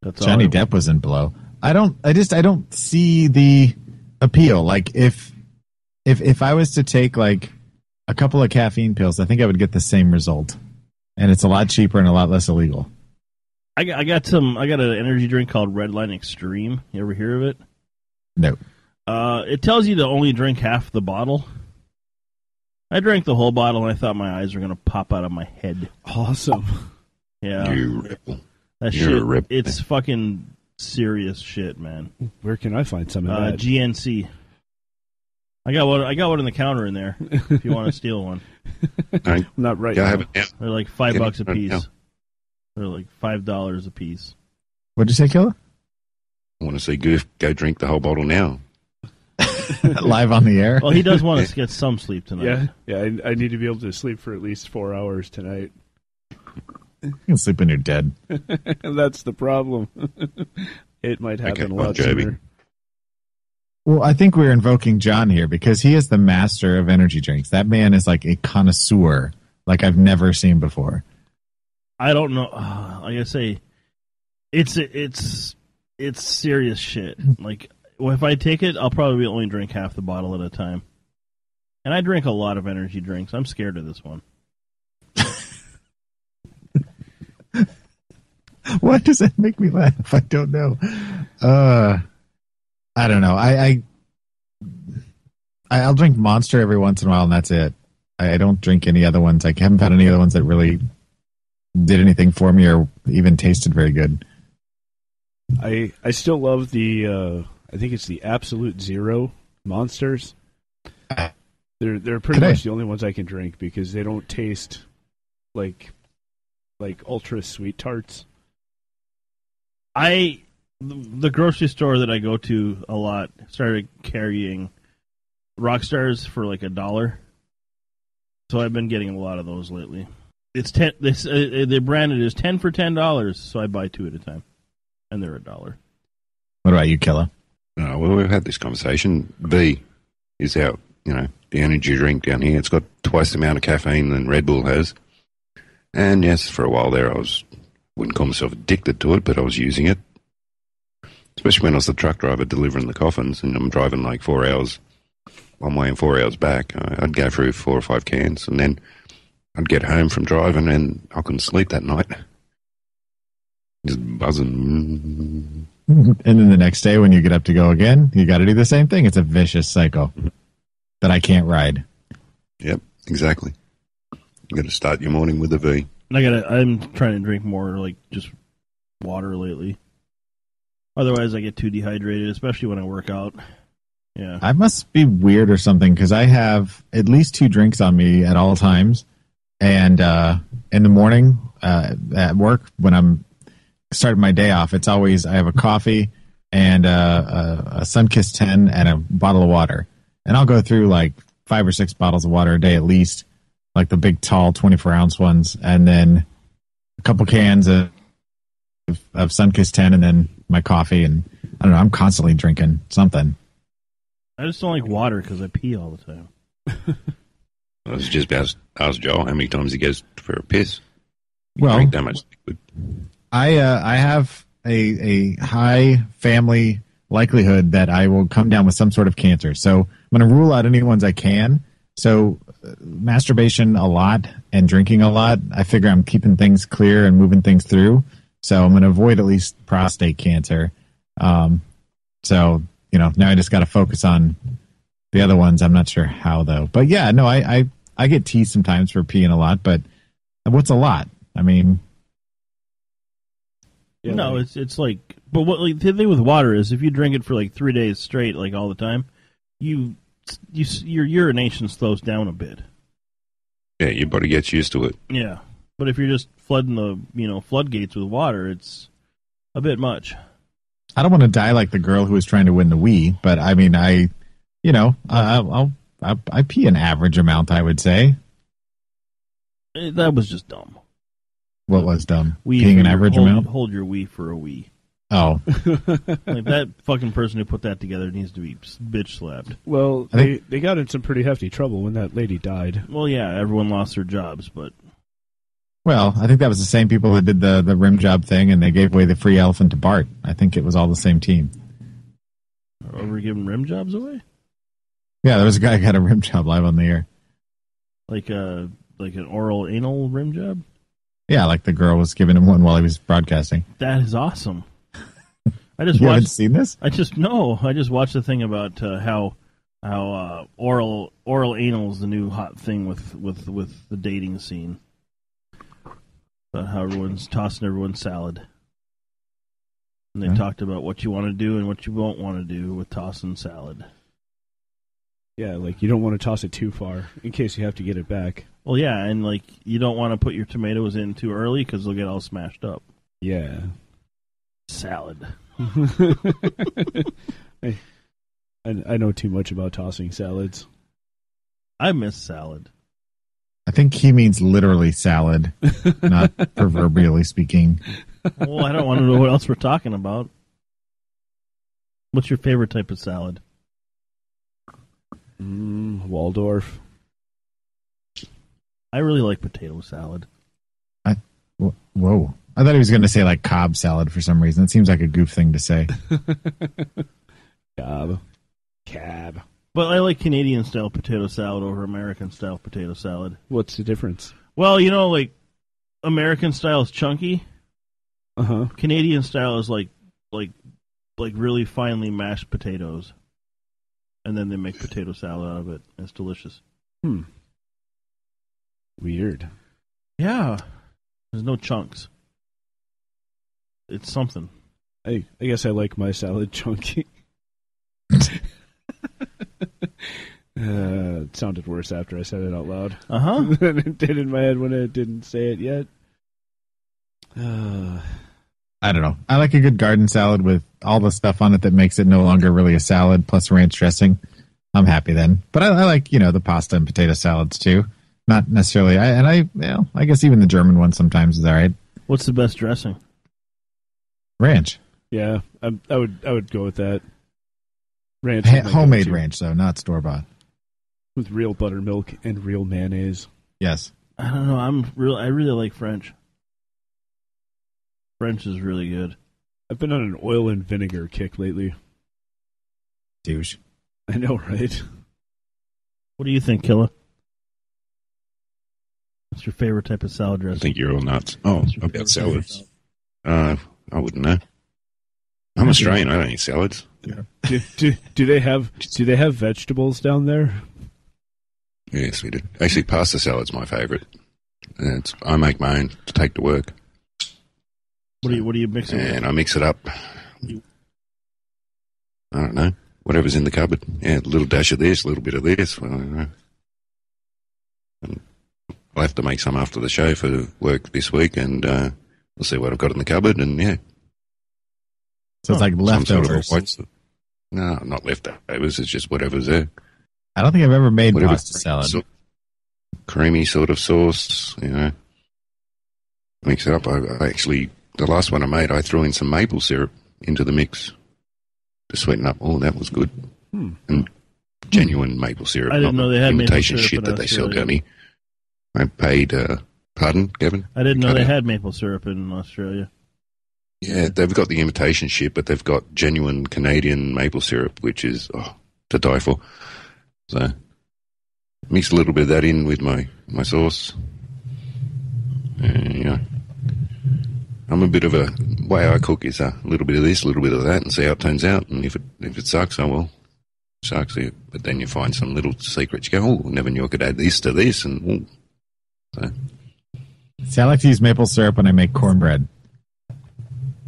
F: that's all
D: Johnny
F: I-
D: Depp was in Blow. I don't. I just. I don't see the appeal. Like if if if I was to take like a couple of caffeine pills, I think I would get the same result, and it's a lot cheaper and a lot less illegal.
F: I got, I got some. I got an energy drink called Red Line Extreme. You ever hear of it?
D: No,
F: Uh, it tells you to only drink half the bottle. I drank the whole bottle, and I thought my eyes were gonna pop out of my head.
E: Awesome.
F: Yeah,
C: You rebel.
F: that
C: you're
F: shit.
C: a rip-
F: It's fucking serious shit, man.
E: Where can I find some of
F: Uh,
E: that?
F: GNC. I got one. I got one in the counter in there. If you want to steal one,
C: I,
E: Not right.
C: I
E: now.
C: have it now.
F: they're like five
C: Get it
F: bucks a
C: right now.
F: piece. They're like five dollars a piece.
D: what'd you say, Killer?
C: I want to see Goof go drink the whole bottle now.
D: Live on the air.
F: Well, he does want us to get some sleep tonight.
E: Yeah, yeah. I, I need to be able to sleep for at least four hours tonight.
D: You can sleep when you're dead.
E: That's the problem. it might happen
C: Okay,
E: a
C: well,
E: lot
C: Jamie.
E: sooner.
D: Well, I think we're invoking John here because he is the master of energy drinks. That man is like a connoisseur, like I've never seen before.
F: I don't know. Uh, like I say, it's it's it's serious shit. Like well, if I take it, I'll probably only drink half the bottle at a time. And I drink a lot of energy drinks. I'm scared of this one.
D: Why does that make me laugh? I don't know. Uh, I don't know. I, I I- I'll drink Monster every once in a while, and that's it. I, I don't drink any other ones. I haven't found any other ones that really did anything for me or even tasted very good.
E: I I still love the. Uh, I think it's the Absolute Zero monsters. They're they're pretty
D: Today.
E: much the only ones I can drink because they don't taste like like ultra sweet tarts.
F: I the grocery store that I go to a lot started carrying rock stars for like a dollar. So I've been getting a lot of those lately. It's ten. This uh, they branded as ten for ten dollars. So I buy two at a time, and they're a dollar.
D: What about you, Killa?
C: Oh, well, we've had this conversation. B is out, you know, the energy drink down here. It's got twice the amount of caffeine than Red Bull has. And yes, for a while there, I was wouldn't call myself addicted to it, but I was using it. Especially when I was the truck driver delivering the coffins, and I'm driving like four hours one way and four hours back. I- I'd go through four or five cans, and then I'd get home from driving and I couldn't sleep that night. Just buzzing.
D: and then the next day when you get up to go again, you got to do the same thing. It's a vicious cycle that I can't ride.
C: Yep, exactly. You got to start your morning with a V.
F: I gotta. I'm trying to drink more, like just water lately. Otherwise, I get too dehydrated, especially when I work out. Yeah,
D: I must be weird or something because I have at least two drinks on me at all times, and uh, in the morning uh, at work when I'm starting my day off, it's always I have a coffee and uh, a, a Sunkist ten and a bottle of water, and I'll go through like five or six bottles of water a day at least, like the big tall twenty four ounce ones, and then a couple cans of of Sunkist ten, and then my coffee, and I don't know. I'm constantly drinking something.
F: I just don't like water because I pee all the time.
C: I was just about to ask Joel how many times he goes for a piss. You
D: Well,
C: drink that much liquid.
D: I uh, I have a a high family likelihood that I will come down with some sort of cancer. So I'm going to rule out any ones I can. So uh, masturbation a lot and drinking a lot. I figure I'm keeping things clear and moving things through. So I'm going to avoid at least prostate cancer. Um, so you know now I just got to focus on the other ones. I'm not sure how though, but yeah, no, I I, I get teased sometimes for peeing a lot, but what's a lot? I mean,
E: Yeah,
F: no,
E: like-
F: it's it's like, but what like the thing with water is, if you drink it for like three days straight, like all the time, you you your urination slows down a bit.
C: Yeah, your body gets used to it.
F: Yeah, but if you're just flooding the you know floodgates with water, it's a bit much.
D: I don't want to die like the girl who was trying to win the Wii, but I mean, I, you know, I, I'll, I'll I, I pee an average amount. I would say
F: Eh, That was just dumb.
D: what was dumb
F: We
D: peeing an average
F: hold,
D: amount.
F: Hold your wee for a wee.
D: Oh,
F: Like that fucking person who put that together needs to be bitch slapped.
E: well,
D: I think-
E: they, they got in some pretty hefty trouble when that lady died.
F: Well, yeah, everyone lost their jobs, but
D: well, I think that was the same people who did the the rim job thing, and they gave away the free elephant to Bart. I think it was all the same team.
F: are we giving rim jobs away?
D: Yeah, there was a guy who got a rim job live on the air.
F: Like uh like an oral anal rim job?
D: Yeah, like the girl was giving him one while he was broadcasting.
F: That is awesome. I just
D: You haven't
F: watched.
D: seen this?
F: I just no. I just watched the thing about uh, how how uh, oral oral anal is the new hot thing with with with the dating scene. About how everyone's tossing everyone's salad. And they
D: Yeah.
F: talked about what you want to do and what you won't want to do with tossing salad.
E: Yeah, like you don't want to toss it too far in case you have to get it back.
F: Well, yeah, and like you don't want to put your tomatoes in too early because they'll get all smashed up.
E: Yeah.
F: Salad.
E: I, I know too much about tossing salads.
F: I miss salad.
D: I think he means literally salad, not proverbially speaking.
F: Well, I don't want to know what else we're talking about. What's your favorite type of salad?
E: Mm, Waldorf.
F: I really like potato salad.
D: Wh- Whoa. I thought he was going to say like Cobb salad for some reason. It seems like a goof thing to say.
E: Cab. Cab.
F: But I like Canadian style potato salad over American style potato salad.
E: What's the difference?
F: Well, you know, like American style is chunky.
E: Uh huh.
F: Canadian style is like like like really finely mashed potatoes. And then they make potato salad out of it. It's delicious.
E: Weird.
F: Yeah. There's no chunks. It's something.
E: I, I guess I like my salad chunky. uh, it sounded worse after I said it out loud
F: Uh huh.
E: than it did in my head when I didn't say it yet. Uh,
D: I don't know. I like a good garden salad with all the stuff on it that makes it no longer really a salad plus ranch dressing. I'm happy then. But I, I like, you know, the pasta and potato salads too. Not necessarily. I, and I, well, I guess even the German one sometimes is all right.
F: What's the best dressing?
D: Ranch.
E: yeah, I, I would I would go with that. Ranch,
D: Ha-
E: is my
D: homemade
E: go-to.
D: ranch, though, not store bought.
E: with real buttermilk and real mayonnaise.
D: Yes.
F: I don't know. I'm real. I really like French. French is really good.
E: I've been on an oil and vinegar kick lately.
D: Douche.
E: I know, right?
F: What do you think, Killa? It's What's your favorite type of salad
C: I
F: dressing?
C: think you're all nuts. Oh,
F: What's your
C: about
F: favorite type of
C: salads. Uh, I wouldn't know. I'm Australian. I don't eat salads.
E: Do, do, do they have do they have vegetables down there?
C: Yes, we do. Actually, pasta salad's my favourite. And it's, I make my own to take to work,
F: What do you What do you mix it with?
C: and I mix it up. I don't know. Whatever's in the cupboard. Yeah, a little dash of this, a little bit of this. Well, I don't know. And I'll have to make some after the show for work this week, and uh, we'll see what I've got in the cupboard. And yeah,
D: So it's like
C: some sort of a
D: leftovers.
C: white sa- No, not leftovers. It's just whatever's there.
D: I don't think I've ever made
C: Whatever
D: pasta
C: creamy
D: salad.
C: sort- creamy sort of sauce, you know. Mix it up. I, I actually, the last one I made, I threw in some maple syrup into the mix to sweeten up. Oh, that was good.
E: Hmm.
C: And genuine maple syrup.
F: I didn't
C: not
F: know
C: the
F: they had maple
C: imitation
F: syrup
C: shit
F: in
C: that they sell
F: Australia.
C: down here. I paid. Uh, pardon, Kevin.
F: I didn't know
C: Cut
F: they
C: out.
F: had maple syrup in Australia.
C: Yeah, they've got the imitation shit, but they've got genuine Canadian maple syrup, which is oh, to die for. So mix a little bit of that in with my my sauce. And, you know, I'm a bit of a way I cook is a little bit of this, a little bit of that, and see how it turns out. And if it if it sucks, oh well, sucks. It. But then you find some little secrets. You go, oh, never knew I could add this to this, and ooh,
D: See, I like to use maple syrup when I make cornbread.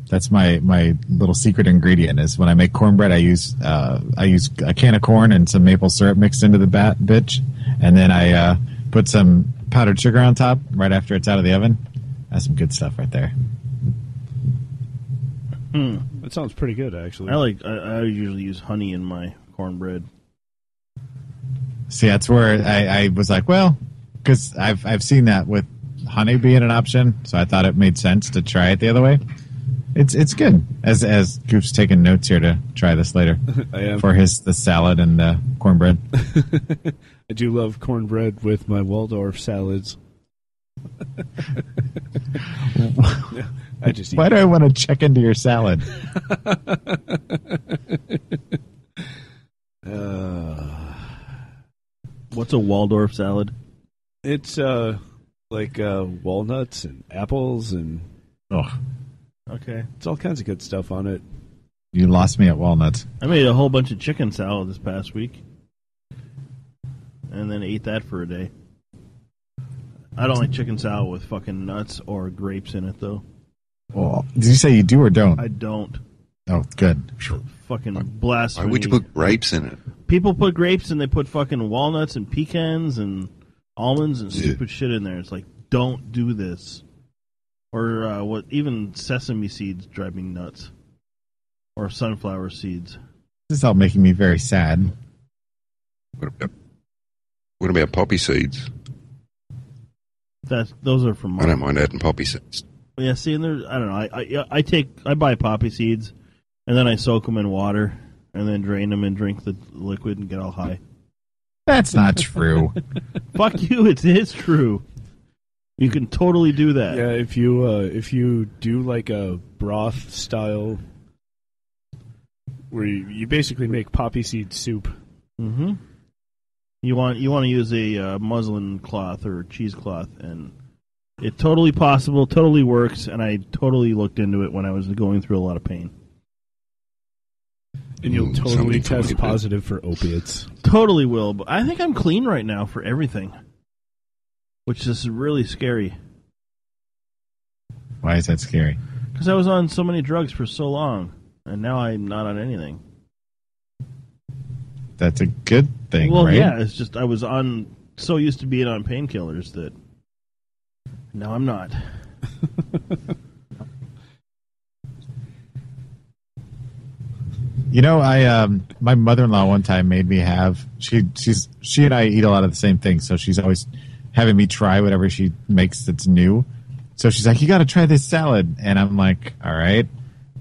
D: That's my my little secret ingredient is when I make cornbread, I use uh, I use a can of corn and some maple syrup mixed into the bat bitch, and then I uh, put some powdered sugar on top right after it's out of the oven. That's some good stuff right there.
F: Hmm.
E: That sounds pretty good, actually.
F: I like. I, I usually use honey in my cornbread.
D: See, that's where I, I was like, well, because I've I've seen that with honey being an option, so I thought it made sense to try it the other way. It's it's good as as Goop's taking notes here to try this later.
E: I am.
D: for his the salad and the cornbread.
E: I do love cornbread with my Waldorf salads. I just eat
D: Why do I want to check into your salad?
E: Uh,
F: What's a Waldorf salad?
E: It's uh like uh walnuts and apples and
D: Ugh,
F: Okay.
E: it's all kinds of good stuff on it.
D: you lost me at walnuts.
F: I made a whole bunch of chicken salad this past week, and then ate that for a day. I don't like chicken salad with fucking nuts or grapes in it, though.
D: Oh, did you say you do or don't?
F: I don't.
D: oh, good.
F: Fucking blast.
C: why would you put grapes in it?
F: People put grapes and they put fucking walnuts and pecans and almonds and stupid shit in there. It's like, don't do this. Or uh, what? Even sesame seeds drive me nuts. Or sunflower seeds.
D: This is all making me very sad.
C: What about, what about poppy seeds?
F: That's those are from.
C: I don't mind adding poppy seeds.
F: Yeah, see, and there's I don't know. I, I I take I buy poppy seeds, and then I soak them in water, and then drain them and drink the liquid and get all high.
D: That's not true.
F: Fuck you! It is true. You can totally do that.
E: Yeah, if you uh if you do like a broth style where you, you basically make poppy seed soup.
F: Mm-hmm. You want you want to use a uh, muslin cloth or cheesecloth, and it totally possible, totally works. And I totally looked into it when I was going through a lot of pain.
E: And you'll
C: Mm,
E: totally
C: somebody told me
E: test
C: that.
E: positive for opiates.
F: Totally will, but I think I'm clean right now for everything, which is really scary.
D: Why is that scary?
F: Because I was on so many drugs for so long, and now I'm not on anything.
D: That's a good thing,
F: well,
D: right?
F: yeah, it's just I was on so used to being on painkillers that now I'm not.
D: You know, I um, my mother in law one time made me have she she's she and I eat a lot of the same things, so she's always having me try whatever she makes that's new. So she's like, "You got to try this salad," and I'm like, "All right."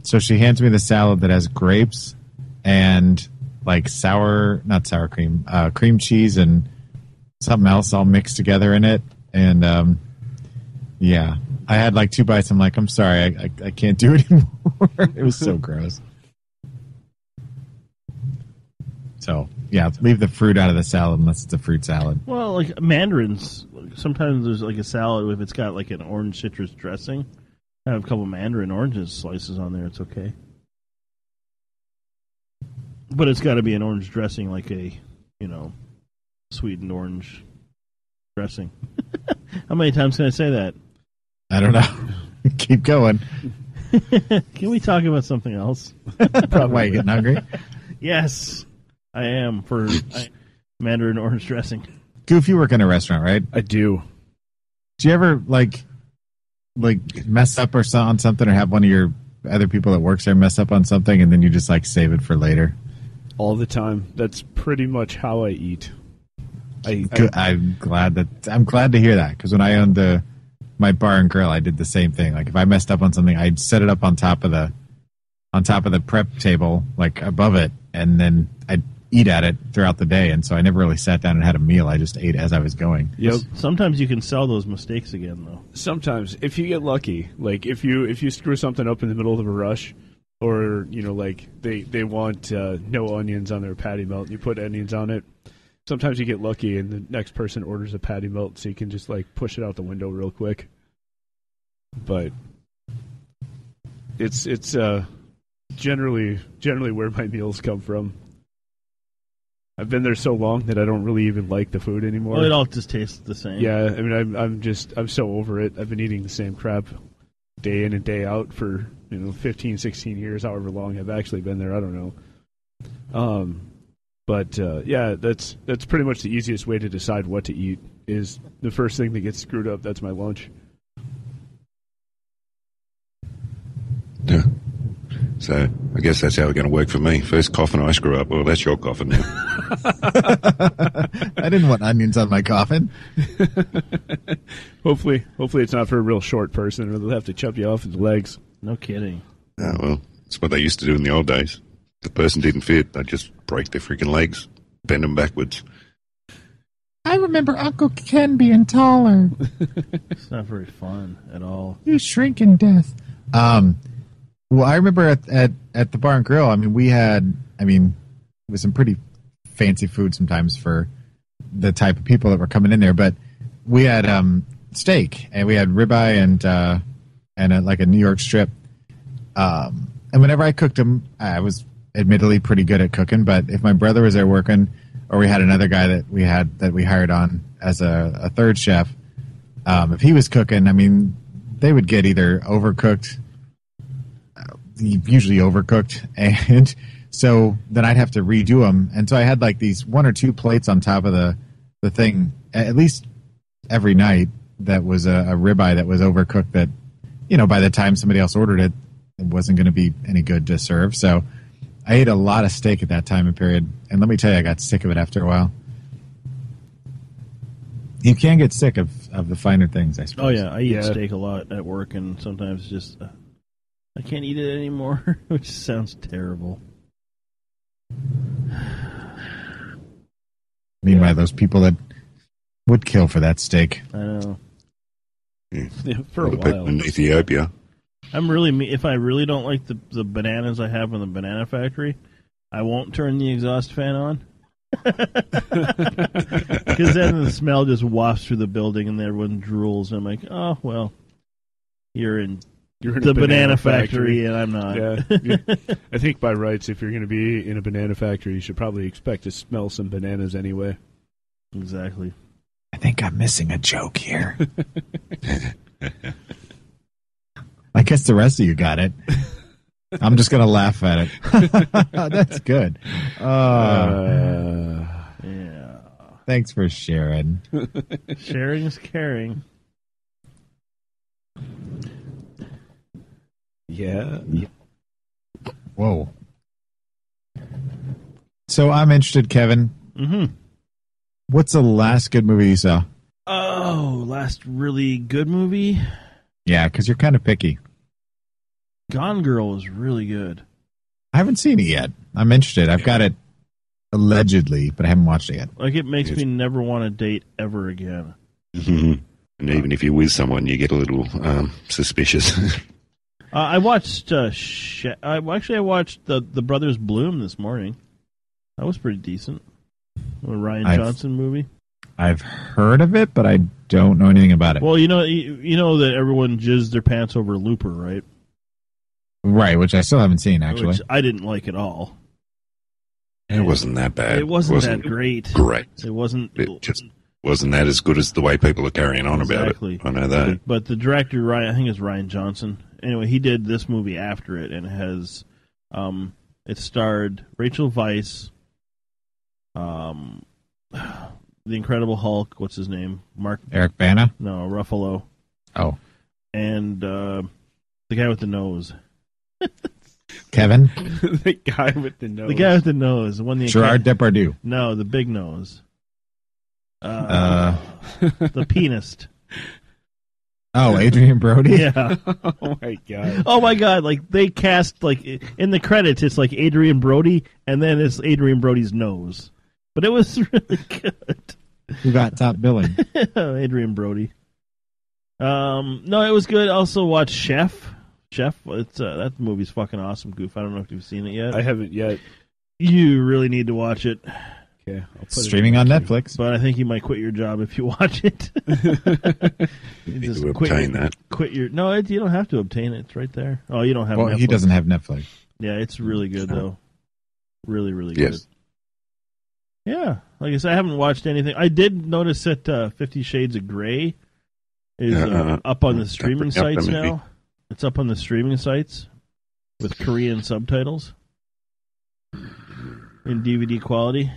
D: So she hands me the salad that has grapes and like sour, not sour cream, uh, cream cheese and something else all mixed together in it, and um, yeah, I had like two bites. I'm like, "I'm sorry, I, I, I can't do it anymore." it was so gross. So yeah, leave the fruit out of the salad unless it's a fruit salad.
F: Well, like mandarins, sometimes there's like a salad if it's got like an orange citrus dressing. I have a couple mandarin oranges slices on there. It's okay, but it's got to be an orange dressing, like a you know, sweetened orange dressing. How many times can I say that?
D: I don't know. Keep going.
F: Can we talk about something else?
D: Why you getting hungry?
F: Yes, I am for I, mandarin orange dressing.
D: Goof, you work in a restaurant, right?
E: I do.
D: Do you ever like like mess up or so on something, or have one of your other people that works there mess up on something, and then you just like save it for later?
E: all the time. That's pretty much how I eat. I, I
D: Good. I'm glad that I'm glad to hear that because when I owned the my bar and grill, I did the same thing. Like if I messed up on something, I'd set it up on top of the on top of the prep table, like above it, and then I'd eat at it throughout the day. And so I never really sat down and had a meal. I just ate as I was going.
E: yep.
F: Sometimes you can sell those mistakes again, though.
E: Sometimes, if you get lucky, like if you if you screw something up in the middle of a rush, or you know, like they they want uh, no onions on their patty melt, and you put onions on it. Sometimes you get lucky, and the next person orders a patty melt, so you can just like push it out the window real quick. But it's it's uh, generally generally where my meals come from. I've been there so long that I don't really even like the food anymore.
F: Well, it all just tastes the same.
E: Yeah, I mean, I'm I'm just I'm so over it. I've been eating the same crap day in and day out for you know 15, 16 years, however long I've actually been there. I don't know. Um, but uh, yeah, that's that's pretty much the easiest way to decide what to eat is the first thing that gets screwed up. That's my lunch.
C: Yeah. So I guess that's how it's going to work for me. First coffin I screw up. Well, that's your coffin now.
D: I didn't want onions on my coffin.
E: Hopefully, hopefully it's not for a real short person, or they'll have to chop you off in the legs.
F: No kidding.
C: oh, well, it's what they used to do in the old days. If the person didn't fit, they'd just break their freaking legs, bend them backwards.
D: I remember Uncle Ken being taller.
F: It's not very fun at all.
D: You shrink in death. Um, well, I remember at, at, at the bar and grill. I mean, we had, I mean, it was some pretty fancy food sometimes for the type of people that were coming in there. But we had um, steak and we had ribeye and uh, and a, like a New York strip. Um, and whenever I cooked them, I was admittedly pretty good at cooking. But if my brother was there working, or we had another guy that we had that we hired on as a, a third chef, um, if he was cooking, I mean, they would get either overcooked, uh, usually overcooked, and so then I'd have to redo them. And so I had like these one or two plates on top of the the thing at at least every night that was a, a ribeye that was overcooked. That you know, by the time somebody else ordered it, it wasn't going to be any good to serve. So I ate a lot of steak at that time and period. And let me tell you, I got sick of it after a while. You can get sick of, of the finer things, I suppose.
F: Oh yeah, I eat
E: Yeah.
F: steak a lot at work, and sometimes just uh, I can't eat it anymore, which sounds terrible.
D: I mean by those people that would kill for that steak.
F: I know.
C: All
F: Hmm.
E: for
C: the
E: a
C: people
E: while.
C: in Ethiopia.
F: I'm really me- if I really don't like the the bananas I have in the banana factory, I won't turn the exhaust fan on. Because then the smell just wafts through the building and everyone drools. And I'm like, oh well, you're in
E: You're in
F: the
E: a
F: banana, factory, and I'm not.
E: Yeah, you- I think by rights, if you're going to be in a banana factory, you should probably expect to smell some bananas anyway.
F: Exactly.
D: I think I'm missing a joke here. I guess the rest of you got it. I'm just gonna laugh at it. That's good. Uh,
E: Uh,
F: Yeah.
D: thanks for sharing.
F: Sharing is caring.
E: yeah,
D: Whoa. So I'm interested, Kevin.
F: Mm-hmm.
D: What's the last good movie you saw?
F: Oh, last really good movie.
D: Yeah, because you're kind of picky.
F: Gone Girl was really good.
D: I haven't seen it yet. I'm interested. I've got it allegedly, but I haven't watched it yet.
F: Like it makes
C: Yes.
F: me never want to date ever again.
C: and even if you're with someone, you get a little um, suspicious.
F: Uh, I watched. Uh, Sh- I, well, actually, I watched the the Brothers Bloom this morning. That was pretty decent. A Ryan
D: I've-
F: Johnson movie.
D: I've heard of it, but I don't know anything about it.
F: Well, you know, you, you know that everyone jizzed their pants over Looper, right?
D: right, which I still haven't seen actually.
F: Which I didn't like at all.
C: It wasn't that bad.
F: It wasn't, that great.
C: great.
F: It wasn't.
C: It just wasn't that as good as the way people are carrying on
F: Exactly.
C: about it. I know that.
F: But the director, Ryan, I think it's Ryan Johnson. Anyway, he did this movie after it, and it has um, it starred Rachel Weisz, um, the Incredible Hulk. What's his name? Mark?
D: Eric Bana.
F: No, Ruffalo,
D: Oh,
F: and uh, the guy with the nose.
D: Kevin
E: the guy with the nose.
F: The guy with the nose. The one the
D: Gerard Depardieu.
F: No, the big nose. Uh,
D: Uh,
F: the penist.
D: oh, Adrian Brody.
F: Yeah.
E: oh my god.
F: Oh my god! Like they cast like i- in the credits, it's like Adrian Brody, and then it's Adrian Brody's nose. But it was really good,
D: Who got top billing?
F: Adrian Brody. Um, no, it was good. Also, watch Chef. Chef, it's uh, that movie's fucking awesome. Goof, I don't know if you've seen it yet.
E: I haven't yet.
F: you really need to watch it,
E: Okay, I'll put
D: Streaming
E: it
D: on
E: in the
D: Netflix.
F: but I think you might quit your job if you watch it.
C: You need
F: Just
C: to
F: quit
C: obtain
F: your-
C: that.
F: Quit your no, it, you don't have to obtain it. It's right there. Oh, you don't have.
D: Well, he
F: Netflix.
D: doesn't have Netflix.
F: Yeah, it's really good though. Really, really good.
C: Yes.
F: Yeah, like I said, I haven't watched anything. I did notice that uh, Fifty Shades of Grey is uh,
C: Uh-uh.
F: up on the
C: Don't
F: streaming
C: bring up that
F: sites
C: movie.
F: now. It's up on the streaming sites with Korean subtitles in DVD quality.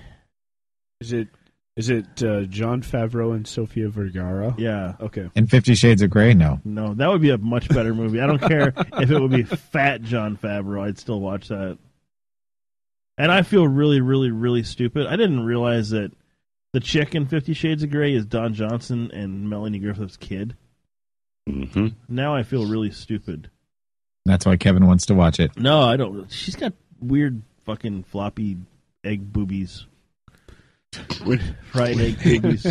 E: Is it is it uh, John Favreau and Sofia Vergara?
F: Yeah,
E: Okay.
D: And Fifty Shades of Grey. No,
F: no, that would be a much better movie. I don't care if it would be fat John Favreau; I'd still watch that. And I feel really, really, really stupid. I didn't realize that the chick in Fifty Shades of Grey is Don Johnson and Melanie Griffith's kid.
C: Mm-hmm.
F: Now I feel really stupid.
D: that's why Kevin wants to watch it.
F: No, I don't. She's got weird fucking floppy egg boobies. Fried egg boobies.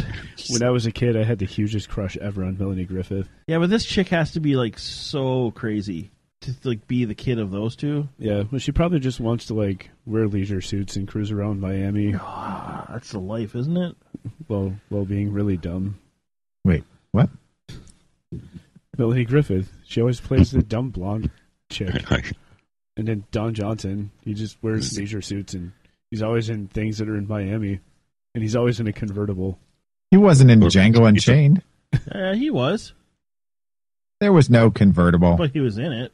E: When I was a kid, I had the hugest crush ever on Melanie Griffith.
F: yeah, but this chick has to be like so crazy to like be the kid of those two.
E: Yeah, well, she probably just wants to like wear leisure suits and cruise around Miami
F: Ah, that's the life, isn't it?
E: while while being really dumb.
D: Wait, what?
E: Melanie Griffith, she always plays the dumb blonde chick, and then Don Johnson, he just wears leisure suits and he's always in things that are in Miami, and he's always in a convertible.
D: He wasn't in
C: Or-
D: Django Unchained.
F: Uh, he was,
D: There was no convertible.
F: but he was in it.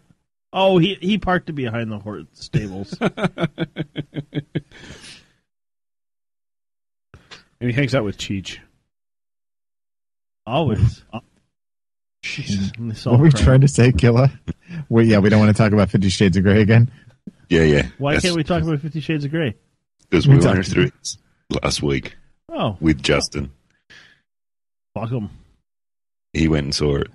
F: Oh, he he parked it behind the horse stables.
E: And he hangs out with Cheech.
F: Always. Uh,
C: Jesus.
F: And they saw
D: What were we
F: crime.
D: trying to say, Killa? Well, yeah, we don't want to talk about Fifty Shades of Grey again.
C: Yeah, yeah.
F: Why can't we talk about Fifty Shades of Grey?
C: Because we
D: We
C: went
D: talked-
C: through it last week
F: Oh,
C: with Justin.
F: fuck him.
C: He went and saw it.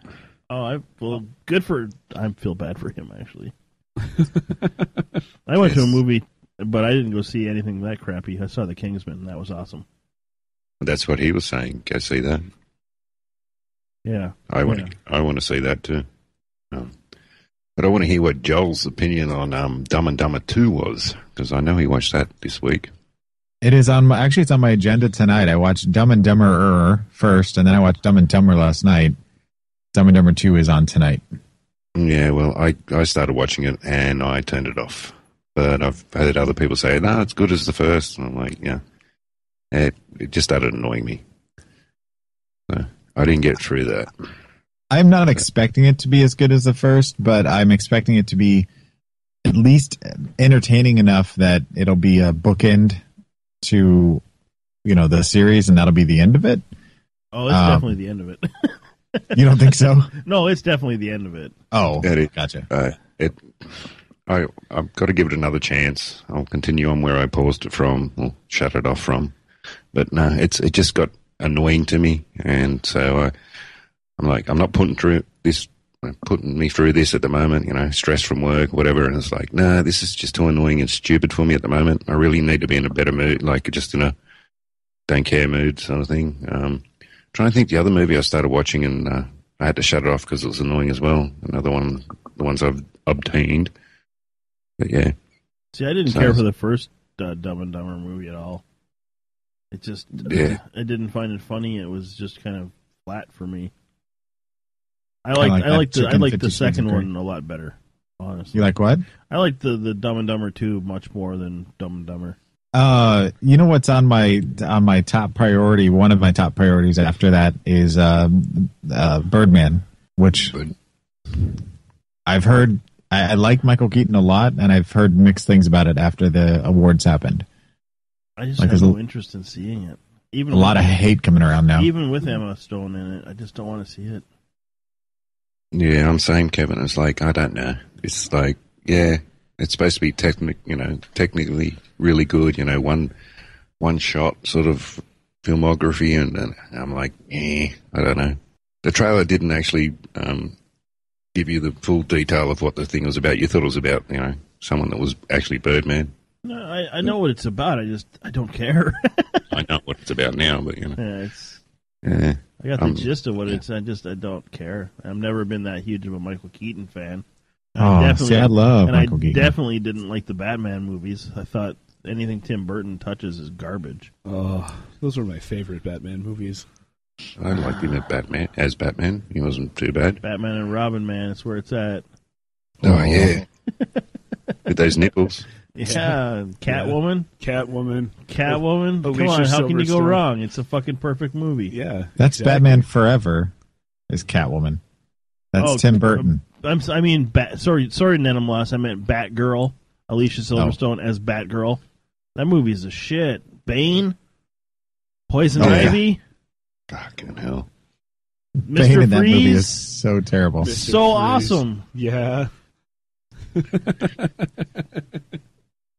F: Oh, I well, good for. I feel bad for him actually. I went to a
C: Yes.
F: movie, but I didn't go see anything that crappy. I saw The Kingsman. That was awesome.
C: That's what he was saying. Go see that.
F: Yeah,
C: I want.
F: Yeah.
C: I want to see that too. Um, but I want to hear what Joel's opinion on um, Dumb and Dumber Two was because I know he watched that this week.
D: It is on my actually it's on my agenda tonight. I watched Dumb and Dumber er first, and then I watched Dumb and Dumber last night. Dumb and Dumber Two is on tonight.
C: Yeah, well, I I started watching it and I turned it off. But I've heard other people say, "No, it's good as the first. and I'm like, "Yeah." It it just started annoying me. So I didn't get through that.
D: I'm not expecting it to be as good as the first, but I'm expecting it to be at least entertaining enough that it'll be a bookend to you know the series, and that'll be the end of it.
F: oh, it's
D: Um,
F: definitely the end of it.
D: You don't think so?
F: no, it's definitely the end of it.
D: Oh,
C: That is-
D: gotcha.
C: Uh, it. I I've got to give it another chance. I'll continue on where I paused it from, or shut it off from. But no, it's it just got annoying to me, and so I, I'm like, I'm not putting through this, uh, putting me through this at the moment. You know, stress from work, whatever. And it's like, no, this is just too annoying and stupid for me at the moment. I really need to be in a better mood, like just in a don't care mood sort of thing. Um, trying to think the other movie I started watching and uh, I had to shut it off because it was annoying as well. Another one, the ones I've obtained. But yeah,
F: See, I didn't
C: So-
F: care for the first uh, Dumb and Dumber movie at all. It just,
C: Yeah.
F: I didn't find it funny. It was just kind of flat for me. I
D: like
F: like, I
D: that
F: like the, I
D: Chicken
F: like
D: Fifty
F: the
D: Shades of
F: second
D: Grey.
F: one a lot better. Honestly,
D: You like what?
F: I like the the Dumb and Dumber two much more than Dumb and Dumber.
D: Uh, you know what's on my on my top priority? One of my top priorities after that is um, uh, Birdman, which
C: Bird-
D: I've heard. I, I like Michael Keaton a lot, and I've heard mixed things about it after the awards happened.
F: I just
D: Like,
F: have
D: there's a-
F: no interest in seeing it. Even
D: A lot of
F: with-
D: hate coming around now.
F: even with Emma Stone in it, I just don't want to see it.
C: Yeah, I'm same, Kevin. It's like I don't know. It's like yeah, it's supposed to be technic, you know, technically really good, you know, one one shot sort of filmography, and, and I'm like, eh, I don't know. The trailer didn't actually um, give you the full detail of what the thing was about. You thought it was about, you know, someone that was actually Birdman.
F: No, I, I know what it's about. I just I don't care.
C: I know what it's about now, but you know,
F: Yeah, it's,
C: yeah.
F: I got the
C: Um,
F: gist of what
C: yeah.
F: it's. I just I don't care. I've never been that huge of a Michael Keaton fan.
D: Oh, see, I love
F: and
D: Michael
F: I
D: Keaton.
F: definitely didn't like the Batman movies. I thought anything Tim Burton touches is garbage.
E: Oh, those were my favorite Batman movies.
C: I liked him at Batman as Batman. He wasn't too bad.
F: Batman and Robin, man, it's where it's at.
C: Oh yeah, with those nipples.
F: Yeah, Catwoman,
E: Catwoman.
F: Catwoman.
E: Alicia
F: Come on, how can you go
E: Silverstone.
F: wrong? It's a fucking perfect movie.
E: Yeah.
D: That's
E: exactly.
D: Batman Forever. Is Catwoman? That's
F: Oh,
D: Tim Burton.
F: I'm, si mean, bat, sorry, sorry, Nenim Loss. I meant Batgirl, Alicia
D: Oh.
F: Silverstone as Batgirl. That movie's a shit. Bane, Poison
C: Oh, yeah.
F: Ivy,
C: Fucking hell.
D: Bane in
F: Mister
D: that movie is
F: Freeze.
D: so terrible.
E: Mr.
F: So
E: Freeze.
F: awesome.
E: Yeah.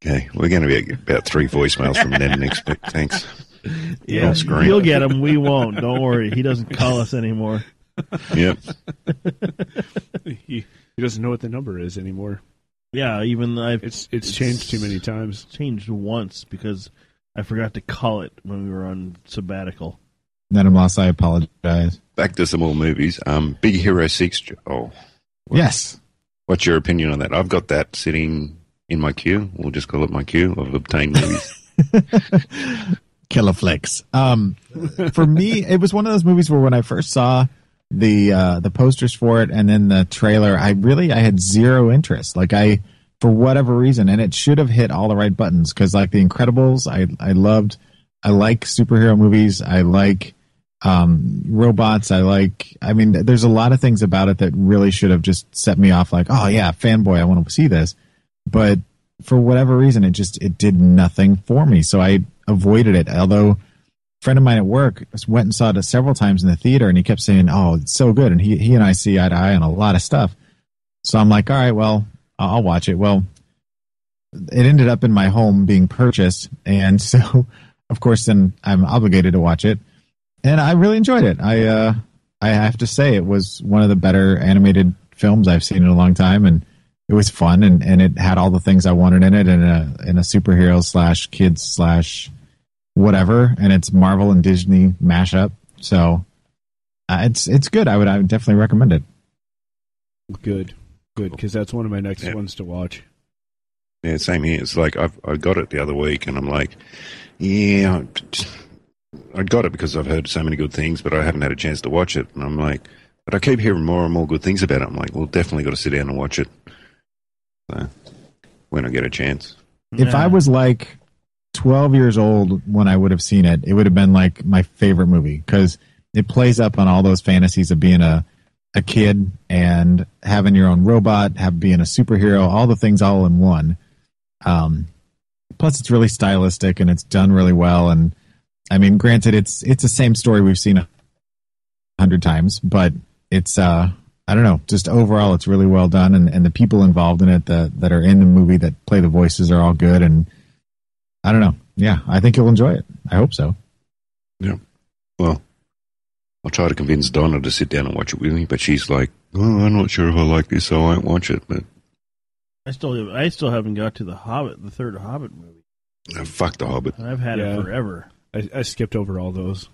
C: Okay, we're going to be at about three voicemails from them next week. Thanks.
F: Yeah,
C: Don't scream.
F: you'll get him. We won't. Don't worry. He doesn't call us anymore.
C: Yep.
E: He, he doesn't know what the number is anymore.
F: Yeah, even I've
E: It's it's changed too many times.
F: changed once because I forgot to call it when we were on sabbatical.
D: Nedim Loss, I apologize.
C: Back to some more movies. Um, Big Hero Six. Jo- Oh,
D: Yes,
C: what's your opinion on that? I've got that sitting in my queue. We'll just call it my queue of obtained movies.
D: Killer Flicks. Um, for me, it was one of those movies where when I first saw the uh, the posters for it and then the trailer, I really I had zero interest. Like I, for whatever reason, and it should have hit all the right buttons because like The Incredibles, I I loved. I like superhero movies. I like um, robots. I like. I mean, there's a lot of things about it that really should have just set me off. Like, oh yeah, fanboy, I want to see this. But for whatever reason, it just it did nothing for me. So I avoided it. Although a friend of mine at work went and saw it several times in the theater, and he kept saying, "Oh, it's so good," and he he and I see eye to eye on a lot of stuff. So I'm like, "All right, well, I- I'll watch it." Well, it ended up in my home being purchased, and so of course, then I'm obligated to watch it, and I really enjoyed it. I uh, I have to say, it was one of the better animated films I've seen in a long time, and it was fun and, and it had all the things I wanted in it in a in a superhero slash kids slash whatever and it's Marvel and Disney mashup so uh, it's it's good I would I would definitely recommend it
E: Good. Good, because that's one of my next
C: Yeah.
E: ones to watch.
C: yeah, same here. It's like I've I got it the other week, and I'm like, yeah, I- I got it because I've heard so many good things, but I haven't had a chance to watch it, and I'm like, but I keep hearing more and more good things about it. I'm like, well, definitely got to sit down and watch it. So when I get a chance.
D: if I
F: Yeah.
D: was like 12 years old when I would have seen it it would have been like my favorite movie because it plays up on all those fantasies of being a a kid and having your own robot have being a superhero all the things all in one um, plus it's really stylistic and it's done really well and i mean granted it's it's the same story we've seen a hundred times but it's uh i don't know just overall it's really well done and, and the people involved in it that that are in the movie that play the voices are all good and i don't know yeah i think you'll enjoy it i hope so
C: Well, I'll try to convince Donna to sit down and watch it with me, but she's like, oh, I'm not sure if I like this, so I won't watch it. But
F: I still I still haven't got to the Hobbit, the third Hobbit movie,
C: uh, fuck The Hobbit.
F: and I've had
E: Yeah.
F: it forever.
E: I, I skipped over all those.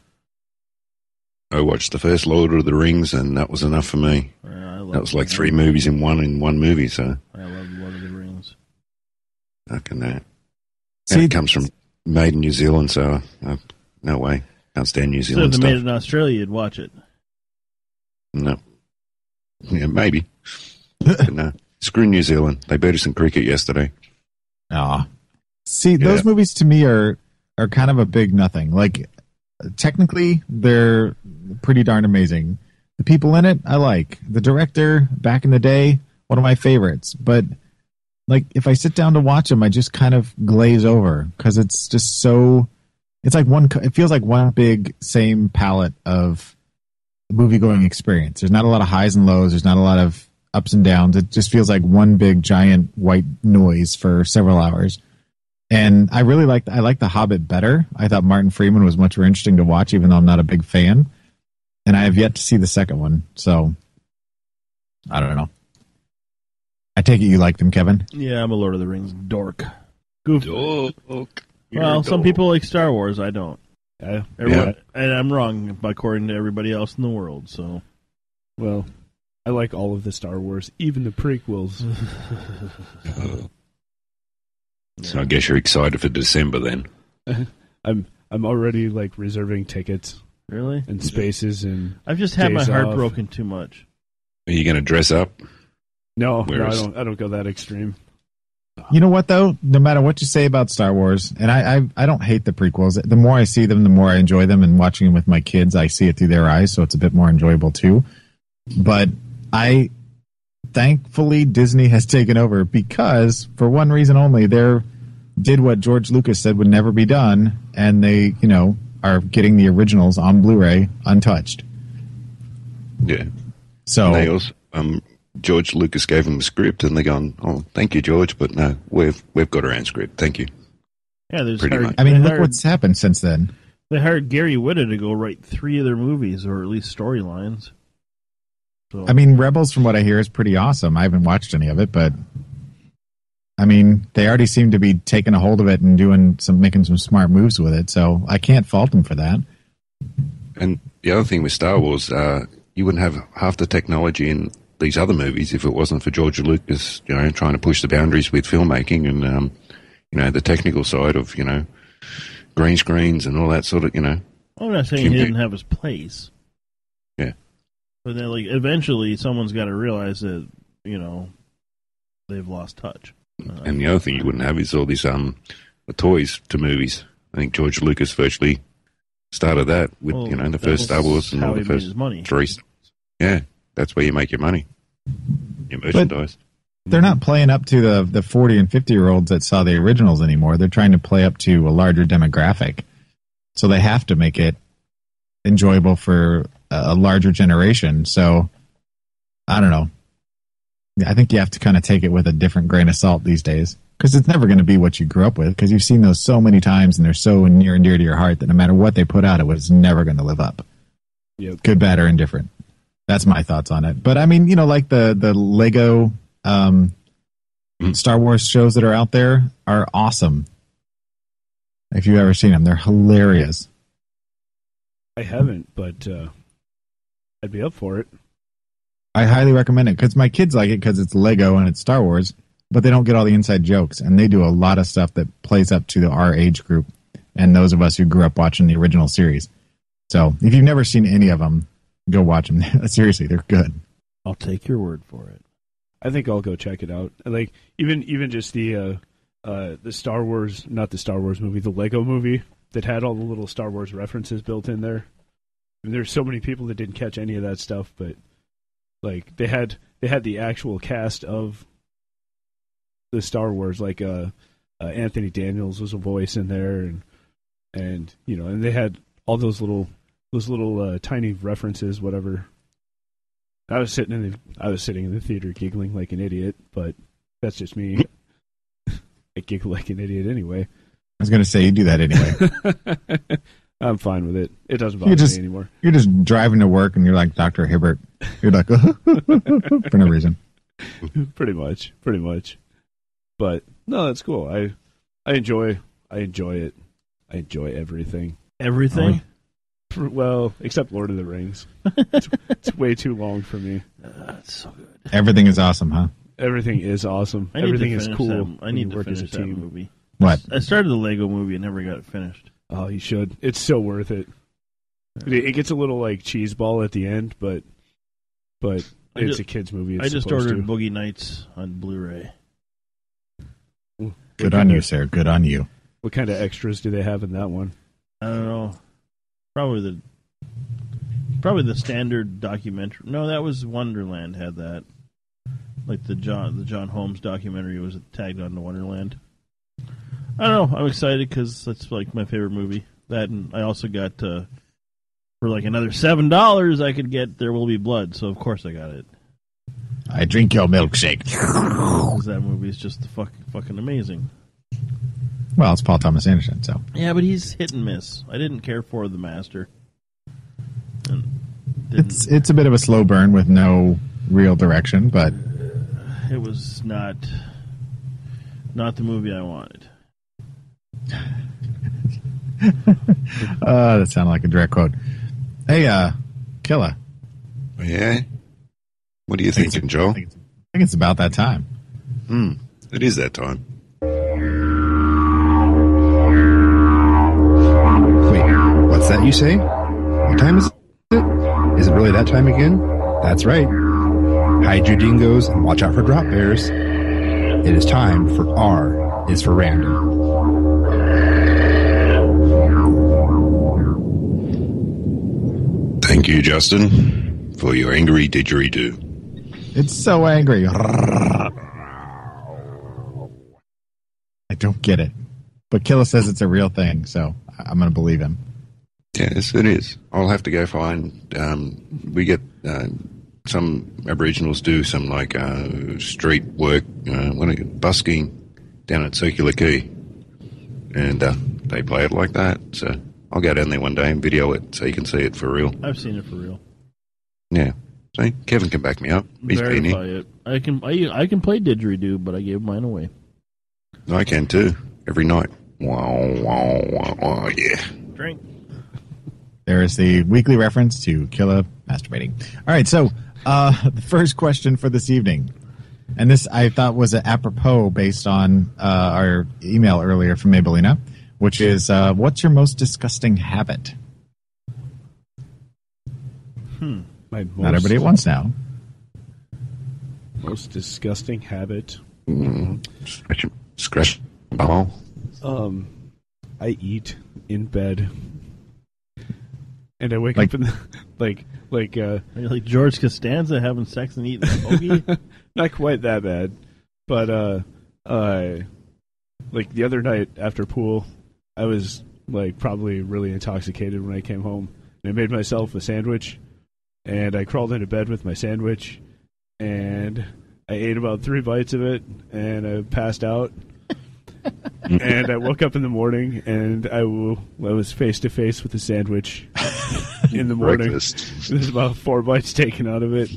C: I watched the first Lord of the Rings, and that was enough for me.
F: Uh, I love
C: That was like three movies in one in one movie, so
F: I love Lord of the Rings.
C: I can. Uh, And
D: See-
C: it comes from made in New Zealand, so uh, no way. Can't stand New
F: Instead of
C: Zealand
F: the
C: stuff.
F: made in Australia, you'd watch it.
C: No. Yeah, maybe. but no. Screw New Zealand. They beat us in cricket yesterday.
D: Ah. See, those movies to me are are kind of a big nothing. Like technically they're pretty darn amazing. The people in it I like. The director back in the day, one of my favorites, but like if I sit down to watch them I just kind of glaze over cuz it's just so it's like one co- it feels like one big same palette of movie going experience. There's not a lot of highs and lows. There's not a lot of ups and downs. It just feels like one big giant white noise for several hours. And I really liked I liked The Hobbit better. I thought Martin Freeman was much more interesting to watch, even though I'm not a big fan. And I have yet to see the second one, so I don't know. I take it you like them, Kevin.
F: Yeah, I'm a Lord of the Rings dork. Goof.
C: You're
F: well,
C: a
F: some
C: dork.
F: people like Star Wars. I don't.
E: Yeah.
F: Everyone, And I'm wrong, according to everybody else in the world. So
E: Well, I like all of the Star Wars, even the prequels.
C: So I guess you're excited for December then.
E: I'm I'm already like reserving tickets
F: really,
E: and spaces and
F: I've just had my
E: Days
F: heart
E: off.
F: broken too much.
C: Are you going to dress up?
E: no, no, I
C: Where's-
E: don't I don't go that extreme.
D: You know what though? No matter what you say about Star Wars, and I, I I don't hate the prequels. The more I see them, the more I enjoy them. And watching them with my kids, I see it through their eyes, so it's a bit more enjoyable too. But I thankfully Disney has taken over because for one reason only, they're did what George Lucas said would never be done, and they you know are getting the originals on Blu-ray untouched.
C: Yeah.
D: So
C: And they also, um, George Lucas gave them a script, and they're going, "Oh, thank you, George, but no, we've we've got our own script. Thank you."
F: Yeah, there's
C: Pretty
F: hired,
C: much.
D: I mean,
F: they
D: look
F: hired-
D: what's happened since then.
F: they hired Gary Whitta to go write three of their movies, or at least storylines. So
D: I mean, Rebels, from what I hear, is pretty awesome. I haven't watched any of it, but I mean, they already seem to be taking a hold of it and doing some, making some smart moves with it. So I can't fault them for that.
C: And the other thing with Star Wars, uh, you wouldn't have half the technology in these other movies if it wasn't for George Lucas, you know, trying to push the boundaries with filmmaking and um, you know the technical side of you know green screens and all that sort of you know.
F: I'm not saying he
C: Jim-
F: didn't have his place.
C: Yeah.
F: But then, like, eventually, someone's got to realize that you know they've lost touch. Uh,
C: And the other thing you wouldn't have is all these um the toys to movies. I think George Lucas virtually started that with
F: well,
C: you know the
F: that was
C: first Star Wars and
F: how
C: all
F: he
C: the
F: made
C: first
F: his money.
C: three. Yeah, that's where you make your money. Your merchandise.
D: They're not playing up to the, the 40 and 50 year olds that saw the originals anymore. They're trying to play up to a larger demographic. So they have to make it enjoyable for a a larger generation. So I don't know. I think you have to kind of take it with a different grain of salt these days because it's never going to be what you grew up with because you've seen those so many times and they're so near and dear to your heart that no matter what they put out, it was never going to live up.
E: Yep.
D: Good, bad, or indifferent. That's my thoughts on it. But I mean, you know, like the the Lego um, Star Wars shows that are out there are awesome. If you've ever seen them, they're hilarious.
E: I haven't, but uh, I'd be up for it.
D: I highly recommend it because my kids like it because it's Lego and it's Star Wars, but they don't get all the inside jokes. And they do a lot of stuff that plays up to the our age group and those of us who grew up watching the original series. So if you've never seen any of them, go watch them. Seriously, they're good.
F: I'll take your word for it.
E: I think I'll go check it out. Like even even just the uh, uh, the Star Wars, not the Star Wars movie, the Lego movie that had all the little Star Wars references built in there. And there's so many people that didn't catch any of that stuff, but like they had they had the actual cast of the Star Wars, like uh, uh, Anthony Daniels was a voice in there, and and you know, and they had all those little those little uh, tiny references, whatever I was sitting in the I was sitting in the theater giggling like an idiot, but that's just me. I giggle like an idiot anyway.
D: I was going to say, you do that anyway.
E: I'm fine with it. It doesn't bother
D: just-
E: me anymore.
D: you're just driving to work and you're like Dr. Hibbert. You're like, for no reason.
E: pretty much, pretty much. But no, that's cool. I I enjoy I enjoy it. I enjoy everything.
F: Everything.
E: For- Well, except Lord of the Rings. It's, it's way too long for me.
F: That's so good.
D: Everything is awesome, huh?
E: Everything is awesome.
F: I need
E: everything
F: to
E: is
F: finish
E: cool.
F: That, I
E: when
F: need
E: you
F: to
E: work as
F: finish
E: a
F: that
E: team.
F: movie.
D: What?
F: I started the Lego movie and never got it finished.
E: Oh, you should. It's so worth it. It, it gets a little like cheese ball at the end, but but
F: I
E: it's
F: ju-
E: a kids movie. It's
F: I just
E: supposed
F: ordered
E: to.
F: Boogie Nights on Blu-ray.
D: Good on you, sir. Good on you.
E: What kind of extras do they have in that one?
F: I don't know. Probably the probably the standard documentary. No, that was Wonderland had that. Like the John the John Holmes documentary was tagged on to Wonderland. I don't know. I'm excited because that's like my favorite movie. That and I also got uh, for like another seven dollars I could get There Will Be Blood. So of course I got it.
D: I drink your milkshake.
F: 'Cause that movie is just the fuck, fucking amazing.
D: Well, it's Paul Thomas Anderson, so
F: Yeah, but he's hit and miss. I didn't care for the Master. And didn't-
D: it's it's a bit of a slow burn with no real direction, but
F: it was not not the movie I wanted.
D: uh, that sounded like a direct quote. Hey, uh, Killa,
C: Yeah. What do you
D: think it's-
C: thinking, Joel?
D: I think it's- I think it's about that time.
C: Hmm. It is that time.
H: Wait, what's that you say? What time is it? Is it really that time again? That's right. Hide your dingoes and watch out for drop bears. It is time for R is for random.
C: Thank you, Justin, for your angry didgeridoo.
D: It's so angry. I don't get it. But Killa says it's a real thing, so I- I'm going to believe him.
C: Yes, it is. I'll have to go find. Um, we get uh, some Aboriginals do some like uh, street work, uh, what do you- busking down at Circular Quay, and uh, they play it like that. So I'll go down there one day and video it so you can see it for real.
F: I've seen it for real.
C: Yeah. See, Kevin can back me up. He's been
F: Verify
C: here.
F: it. I can I, I can play didgeridoo, but I gave mine away.
C: I can too. Every night. Wow, wow, wow, wow, yeah.
F: Drink.
D: There is the weekly reference to Killa masturbating. All right, so uh, the first question for this evening, and this I thought was apropos based on uh, our email earlier from Abelina, which is uh, what's your most disgusting habit?
E: My most,
D: Not everybody at once now.
E: most disgusting habit.
C: Scratch, scratch the ball.
E: Um, I eat in bed, and I wake
D: Like-
E: up in the like like uh
F: Are you like George Costanza having sex and eating a bogey?
E: not quite that bad, but uh, uh, like the other night after pool, I was like probably really intoxicated when I came home, and I made myself a sandwich, and I crawled into bed with my sandwich, and I ate about three bites of it, and I passed out. and I woke up in the morning, and I w- I was face to face with a sandwich in the morning.
C: Breakfast.
E: There's about four bites taken out of it.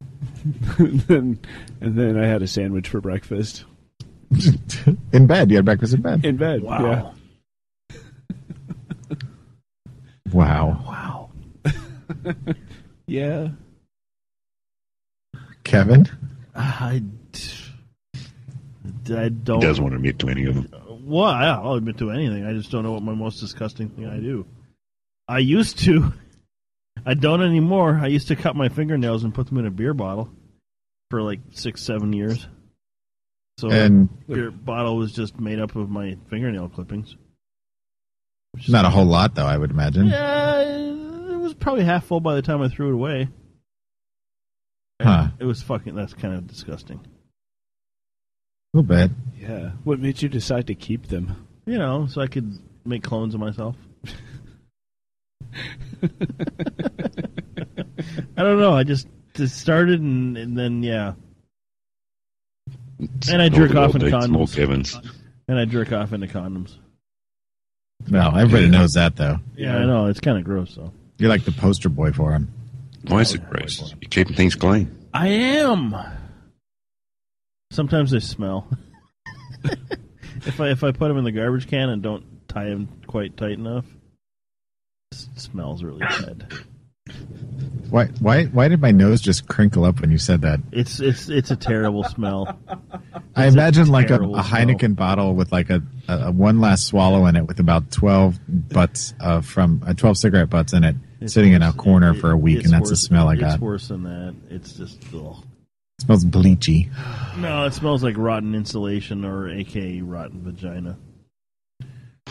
E: and, then, and then I had a sandwich for breakfast
D: in bed, you had breakfast in bed.
E: in bed.
F: wow.
E: Yeah.
D: Wow,
E: Wow. yeah.
D: Kevin,
F: I, I don't.
C: He doesn't want to admit to any of them.
F: Well, I- I'll admit to anything. I just don't know what my most disgusting thing I do. I used to. I don't anymore. I used to cut my fingernails and put them in a beer bottle for like six, seven years. So
D: and
F: the beer bottle was just made up of my fingernail clippings.
D: not a whole lot though, I would imagine.
F: Yeah, it was probably half full by the time I threw it away.
D: Huh.
F: It was fucking. That's kind of disgusting.
D: A little bit.
E: Yeah. What made you decide to keep them?
F: You know, so I could make clones of myself. I don't know. I just, just started and, and then yeah, And I jerk off in
C: Small
F: condoms.
C: Kevin's.
F: and I jerk off into condoms.
D: No, everybody knows that though.
F: Yeah, I know it's kind of gross though.
D: You're like the poster boy for him.
C: Why is it gross? You're keeping things clean.
F: I am. Sometimes they smell. if I if I put them in the garbage can and don't tie them quite tight enough, it smells really bad.
D: Why? Why? Why did my nose just crinkle up when you said that?
F: It's it's it's a terrible smell.
D: I
F: It's a
D: imagine like a,
F: terrible
D: a Heineken bottle with like a a, a one last swallow in it with about twelve butts uh, from uh, twelve cigarette butts in it,
F: It's
D: sitting in a
F: worse-
D: corner
F: it-
D: for a week,
F: it's
D: and that's the
F: worse-
D: smell I got.
F: It's worse than that. It's just ugh.
D: It smells bleachy.
F: no. It smells like rotten insulation or AKA rotten vagina.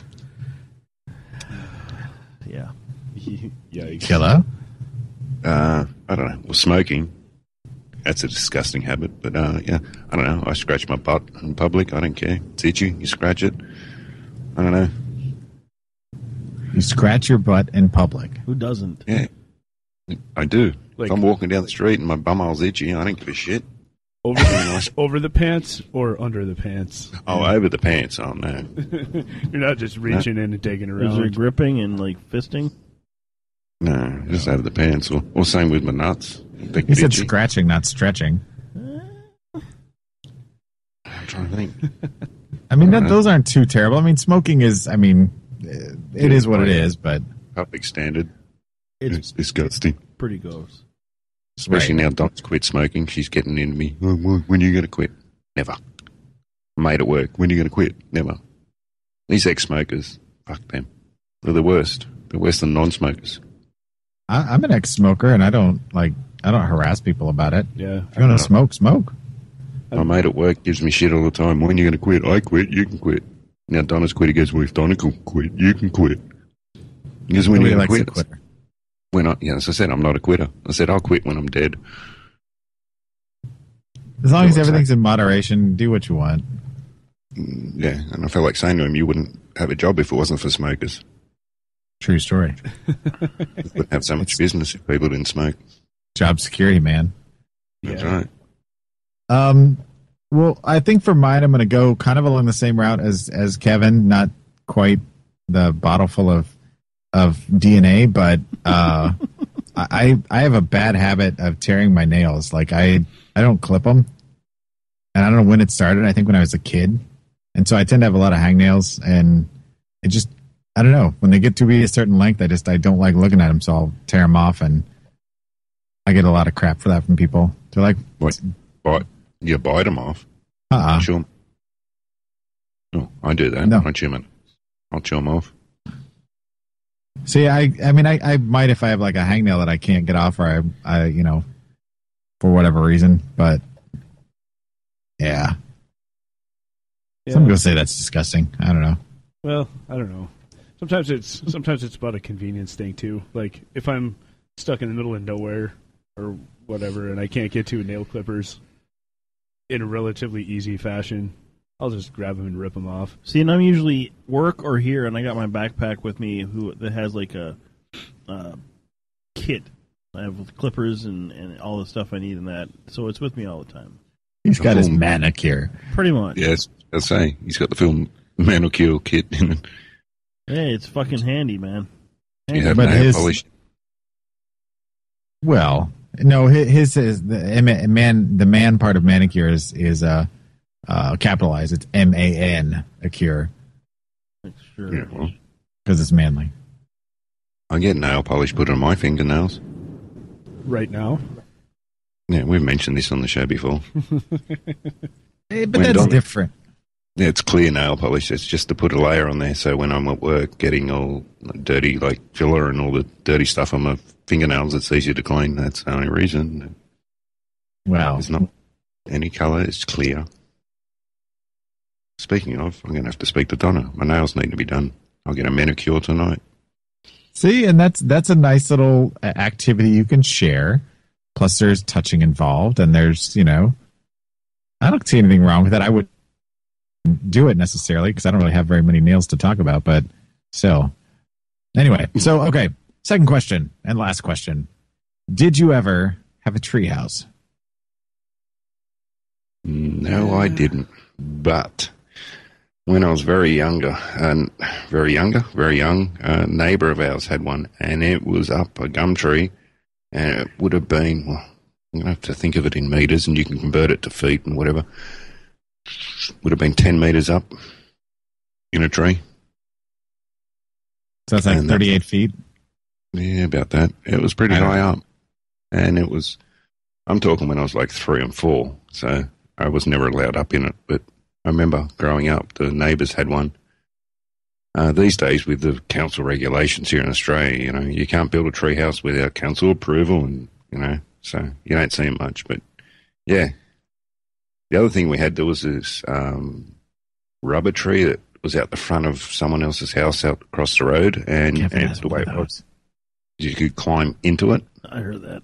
F: Yeah.
C: Yikes.
D: Hello.
C: Uh, I don't know. Well, smoking. That's a disgusting habit, but uh, yeah, I don't know. I scratch my butt in public. I don't care. It's itchy. You scratch it. I don't know.
D: You scratch your butt in public.
F: Who doesn't?
C: Yeah, I do.
E: Like-
C: if I'm walking down the street and my bumhole's itchy, I don't give a shit.
E: Over the, over the pants or under the pants?
C: Oh, over the pants. Oh no.
E: You're not just reaching in and taking
F: Is there
E: around.
F: gripping and like fisting?
C: No, just over the pants, or, or same with my nuts. They
D: He
C: get
D: said
C: itchy.
D: scratching, not stretching.
C: I'm trying to think.
D: I mean, that,
C: Uh-huh.
D: those aren't too terrible. I mean, smoking is. I mean, uh, it is what it is, but
C: Public standard.
F: It's
C: It's disgusting.
F: pretty gross.
C: Especially now Doc's quit smoking. She's getting into me. "Oh, well, When are you going to quit? Never. Made at work. When are you going to quit? Never. These ex smokers, fuck them. They're the worst. They're worse than non smokers.
D: I, I'm an ex-smoker, and I don't like. I don't harass people about it.
E: Yeah.
D: If you're gonna smoke, smoke.
C: My mate at work gives me shit all the time. When are you going to quit? I quit. You can quit. Now Donna's quit. He goes, Well, if Donna can quit, you can quit. He goes, When are you
D: Nobody
C: going to
D: likes a
C: quit?
D: quitter.
C: When I, yeah, as I said, I'm not a quitter. I said, I'll quit when I'm dead.
D: As long as
C: No,
D: everything's in moderation, do what you want.
C: Yeah, and I felt like saying to him, you wouldn't have a job if it wasn't for smokers.
D: True story.
C: You wouldn't have so much business if people didn't smoke.
D: Job security, man.
C: That's
E: Yeah.
C: right.
D: Um, well, I think for mine, I'm going to go kind of along the same route as as Kevin. Not quite the bottle full of of DNA, but uh, I I have a bad habit of tearing my nails. Like I I don't clip them, and I don't know when it started. I think when I was a kid, and so I tend to have a lot of hangnails, and it just I don't know when they get to be a certain length. I just I don't like looking at them, so I'll tear them off, and I get a lot of crap for that from people. They're like,
C: What? Bite, you bite them off.
D: uh-uh.
C: Chew 'em. Oh, I do that.
D: No.
C: I chew 'em. I'll chew 'em off.
D: See, I, I mean, I, I might if I have like a hangnail that I can't get off, or I, I, you know, for whatever reason. But yeah, some
E: yeah.
D: people say that's disgusting. I don't know.
E: Well, I don't know. Sometimes it's sometimes it's about a convenience thing too. Like if I'm stuck in the middle of nowhere or whatever, and I can't get to nail clippers in a relatively easy fashion, I'll just grab them and rip them off.
F: See, and I'm usually work or here, and I got my backpack with me who that has like a uh, kit. I have clippers and, and all the stuff I need in that, so it's with me all the time.
D: He's got his
C: Boom.
D: manicure.
F: Pretty much.
C: Yes, I say he's got the film Manicure Kit in it.
F: Hey, it's fucking handy, man.
C: You have
D: But
C: nail
D: his-
C: polish.
D: Well, no, his, his is the M- man. The man part of manicure is is uh, uh capitalized. It's M A N a cure
F: Like, Sure.
C: Yeah, well,
D: because it's manly.
C: I get nail polish put on my fingernails.
E: Right now,
C: Yeah, we've mentioned this on the show before.
D: Eh, but
C: When
D: that's
C: done-
D: different.
C: Yeah, it's clear nail polish. It's just to put a layer on there so when I'm at work getting all dirty, like filler and all the dirty stuff on my fingernails, it's easier to clean. That's the only reason.
D: Wow.
C: It's not any colour, it's clear. Speaking of, I'm going to have to speak to Donna. My nails need to be done. I'll get a manicure tonight.
D: See, and that's that's a nice little uh, activity you can share. Plus, there's touching involved, and there's you know, I don't see anything wrong with that. I would do it necessarily because I don't really have very many nails to talk about. But so, anyway, so okay. Second question and last question: Did you ever have a treehouse?
C: No, I didn't. But when I was very younger, and very younger, very young, a neighbour of ours had one, and it was up a gum tree, and it would have been. Well, I'm going to have to think of it in meters, and you can convert it to feet and whatever. Would have been ten meters up in a tree.
D: So that's like
C: And that's-
D: 38 feet.
C: Yeah, about that. It was pretty
D: I don't
C: high up. And it was, I'm talking when I was like three and four. So I was never allowed up in it. But I remember growing up, the neighbors had one Uh, these days, with the council regulations here in Australia, you know, you can't build a treehouse without council approval, and you know, so you don't see it much. But yeah, the other thing we had there was this um, rubber tree that was out the front of someone else's house out across the road, and,
D: Kevin
C: and
D: has
C: the
D: one
C: way
D: of
C: it
D: those.
C: was, you could climb into it,
F: I heard that.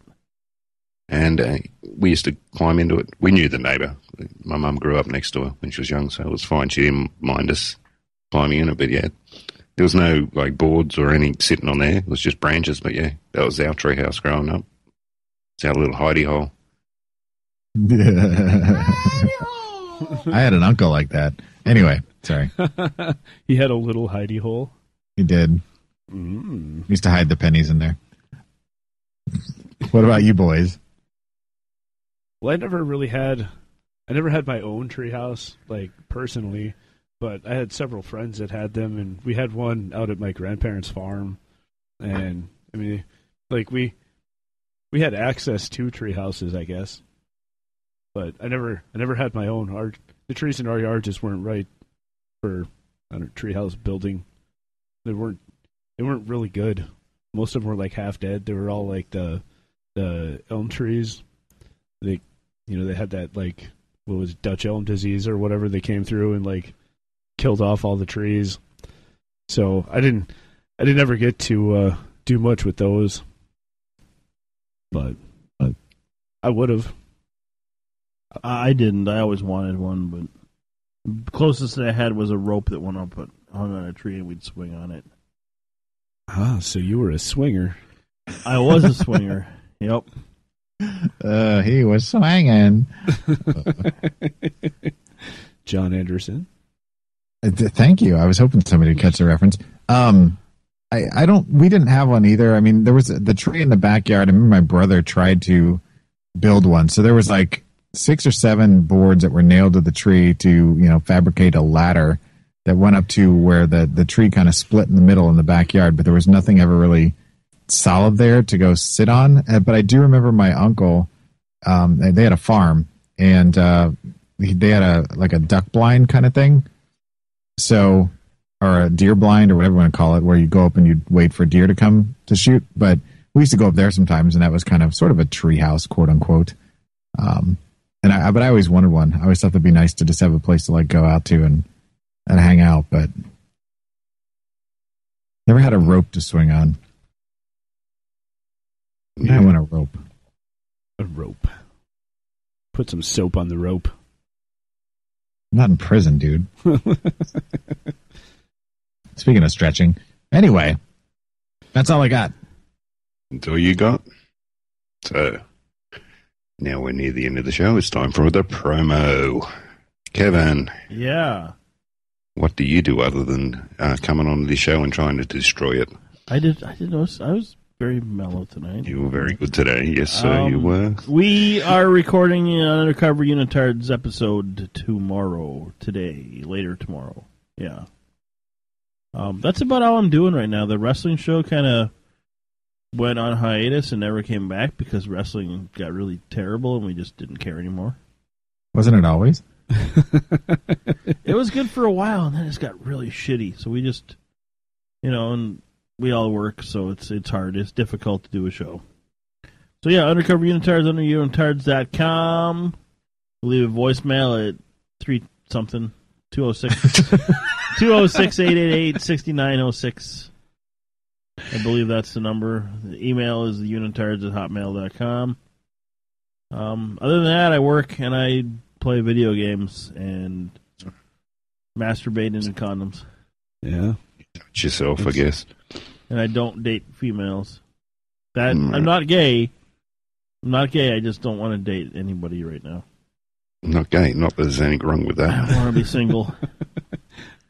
C: and uh, we used to climb into it. We knew the neighbour. My mum grew up next door when she was young, so it was fine. She didn't mind us climbing in it, but yeah, there was no like boards or any sitting on there. It was just branches, but yeah, that was our tree house growing up. It's our little hidey hole.
D: I had an uncle like that. Anyway, sorry.
E: he had a little hidey hole.
D: He did.
E: Mm.
D: He used to hide the pennies in there. what about you boys?
E: Well, I never really had, I never had my own treehouse, like personally, but I had several friends that had them, and we had one out at my grandparents' farm, and I mean, like we, we had access to treehouses, I guess, but I never, I never had my own. Our the trees in our yard just weren't right for I don't know, treehouse building. They weren't, they weren't really good. Most of them were like half dead. They were all like the, the elm trees they you know they had that like what was it, Dutch elm disease or whatever they came through and like killed off all the trees. So I didn't I didn't ever get to uh, do much with those, but, but I would have.
F: I I didn't. I always wanted one, but the closest that I had was a rope that went up, hung on a tree, and we'd swing on it.
E: Ah, so you were a swinger.
F: I was a swinger. Yep.
D: Uh, he was swinging.
E: John Anderson.
D: Uh, th- Thank you. I was hoping somebody would catch the reference. Um, I, I don't. We didn't have one either. I mean, there was the tree in the backyard. I remember my brother tried to build one. So there was like six or seven boards that were nailed to the tree to you know fabricate a ladder that went up to where the the tree kind of split in the middle in the backyard. But there was nothing ever really solid there to go sit on. Uh, But I do remember my uncle. Um, they they had a farm and uh, he- they had a like a duck blind kind of thing so or a deer blind or whatever you want to call it where you go up and you wait for deer to come to shoot but we used to go up there sometimes and that was kind of sort of a tree house quote unquote um, and I, I- but i always wanted one i always thought it'd be nice to just have a place to like go out to and and hang out but never had a rope to swing on i want a rope
E: A rope. Put some soap on the rope.
D: I'm not in prison dude speaking of stretching anyway that's all i got
C: That's all you got. So now we're near the end of the show. It's time for the promo. Kevin,
F: Yeah.
C: what do you do other than uh, coming on this show and trying to destroy it?
F: I did. I did notice. I was very mellow tonight.
C: You were very good today. Yes, sir, you
F: Um,
C: were.
F: We are recording an Undercover Unitards episode tomorrow, today, later tomorrow. Yeah. Um, that's about all I'm doing right now. The wrestling show kind of went on hiatus and never came back because wrestling got really terrible and we just didn't care anymore.
D: wasn't it always
F: it was good for a while and then it's got really shitty. So we just, you know, and we all work, so it's it's hard. It's difficult to do a show. So yeah, undercover unitards under unitards.com. Leave a voicemail at three something 206 206 888 6906. I believe that's the number. The email is the unitards at hotmail.com. Um, other than that, I work and I play video games and masturbate into condoms,
E: Yeah.
C: It's yourself, I guess.
F: and I don't date females. That
C: Mm.
F: I'm not gay. I'm not gay. I just don't want to date anybody right now.
C: Not gay. Not that there's anything wrong with
F: I
C: that.
F: want to be single.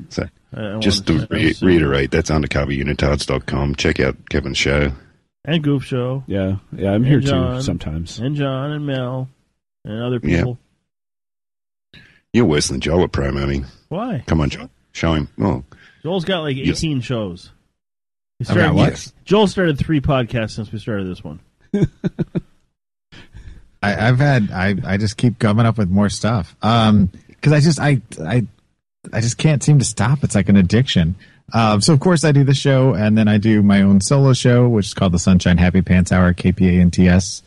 C: So,
F: I- I wanna-
C: just to
F: I'm
C: re-
D: uh,
F: single.
C: reiterate, that's undercoverunitards.com. Check out Kevin's show.
F: and Goof Show
E: Yeah. Yeah. I'm
F: Hey,
E: here too
F: John.
E: sometimes.
F: and John and Mel and other
C: Yeah.
F: people.
C: You're worse than Joel at promoting.
F: Why?
C: Come on, Joel. Show him. Oh,
F: Joel's got like
C: Yes.
F: 18 shows. He
D: I've got
F: started,
D: what?
F: Joel started three podcasts since we started this one.
D: I, I've had I, I just keep coming up with more stuff. Um 'cause because I just I I I just can't seem to stop. It's like an addiction. Um, so of course I do the show, and then I do my own solo show, which is called the Sunshine Happy Pants Hour KPA and TS,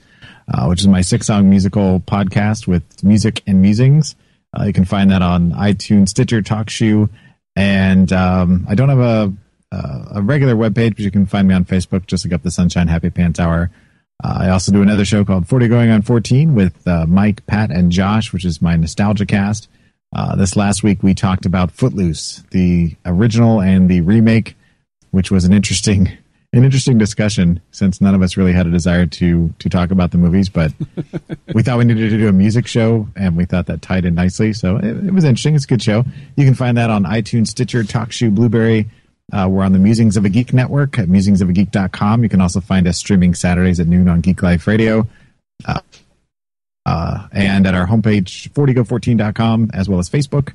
D: uh, which is my six song musical podcast with music and musings. Uh, you can find that on iTunes, Stitcher, TalkShoe, and um, I don't have a uh, a regular webpage, but you can find me on Facebook. Just look up the Sunshine Happy Pants Hour. Uh, I also do another show called 40 Going on 14 with uh, Mike, Pat, and Josh, which is my nostalgia cast. Uh, this last week, we talked about Footloose, the original and the remake, which was an interesting an interesting discussion since none of us really had a desire to to talk about the movies, but we thought we needed to do a music show, and we thought that tied in nicely. So it, it was interesting. It's a good show. You can find that on iTunes, Stitcher, TalkShoe, Blueberry. Uh, we're on the Musings of a Geek network at musingsofageek.com. You can also find us streaming Saturdays at noon on Geek Life Radio. Uh, uh, and at our homepage, 40go14.com, as well as Facebook.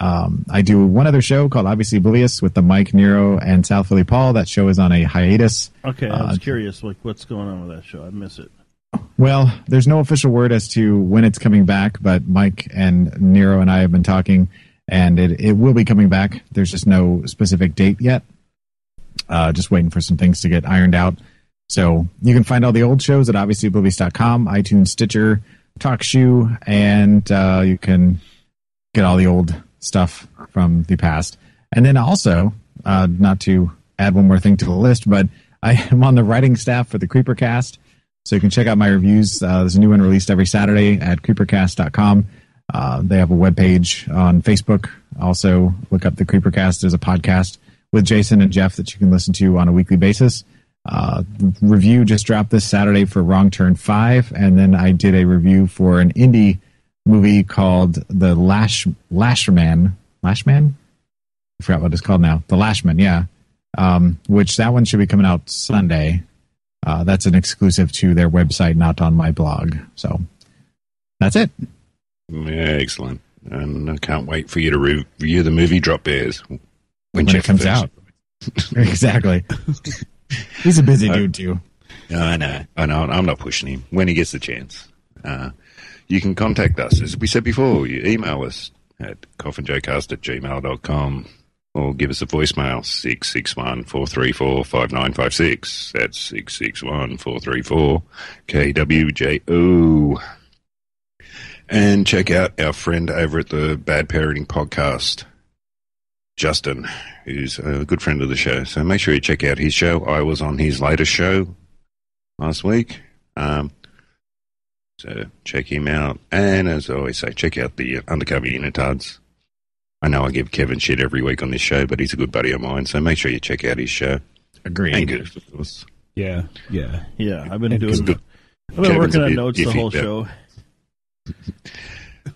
D: Um, I do one other show called Obviously Bilious with the Mike Nero and South Philly Paul. That show is on a hiatus.
F: Okay, I
D: Uh,
F: was curious, like what's going on with that show? I miss it.
D: Well, there's no official word as to when it's coming back, but Mike and Nero and I have been talking, and it, it will be coming back. There's just no specific date yet. Uh, just waiting for some things to get ironed out. So you can find all the old shows at obviouslyblivious.com, iTunes, Stitcher, TalkShoe, and uh, you can get all the old stuff from the past. And then also, uh, not to add one more thing to the list, but I am on the writing staff for the Creepercast. So you can check out my reviews. Uh, there's a new one released every Saturday at creepercast.com. Uh, they have a webpage on Facebook. Also, look up the Creepercast. There's a podcast with Jason and Jeff that you can listen to on a weekly basis. Uh, the review just dropped this Saturday for Wrong Turn 5, and then I did a review for an indie movie called The Lash Lashman. Lashman? I forgot what it's called now. The Lashman, yeah. Um, which that one should be coming out Sunday. Uh, that's an exclusive to their website, not on my blog. So that's it.
C: Yeah, excellent. And I can't wait for you to re- review the movie Drop Bears when,
D: When it
C: Jeff
D: comes
C: first-
D: out. exactly. He's a busy
C: Uh,
D: dude too.
C: No, I know. I know. I'm not pushing him when he gets the chance. Uh, you can contact us, as we said before. You email us at coffinjocast at gmail.com or give us a voicemail 661 434 5956. That's 661 434 KWJO. And check out our friend over at the Bad Parenting Podcast. Justin, who's a good friend of the show. So make sure you check out his show. I was on his latest show last week. Um, so check him out. And as I always say, check out the Undercover Unitards. I know I give Kevin shit every week on this show, but he's a good buddy of mine. So make sure you check out his show. And
D: Agreed.
C: Goof, of course.
E: Yeah, yeah.
F: Yeah, I've been
D: And
F: doing.
C: Good.
F: I've been
C: Kevin's
F: working
C: a
F: on
C: bit
F: notes the
C: iffy,
F: whole
C: but-
F: show.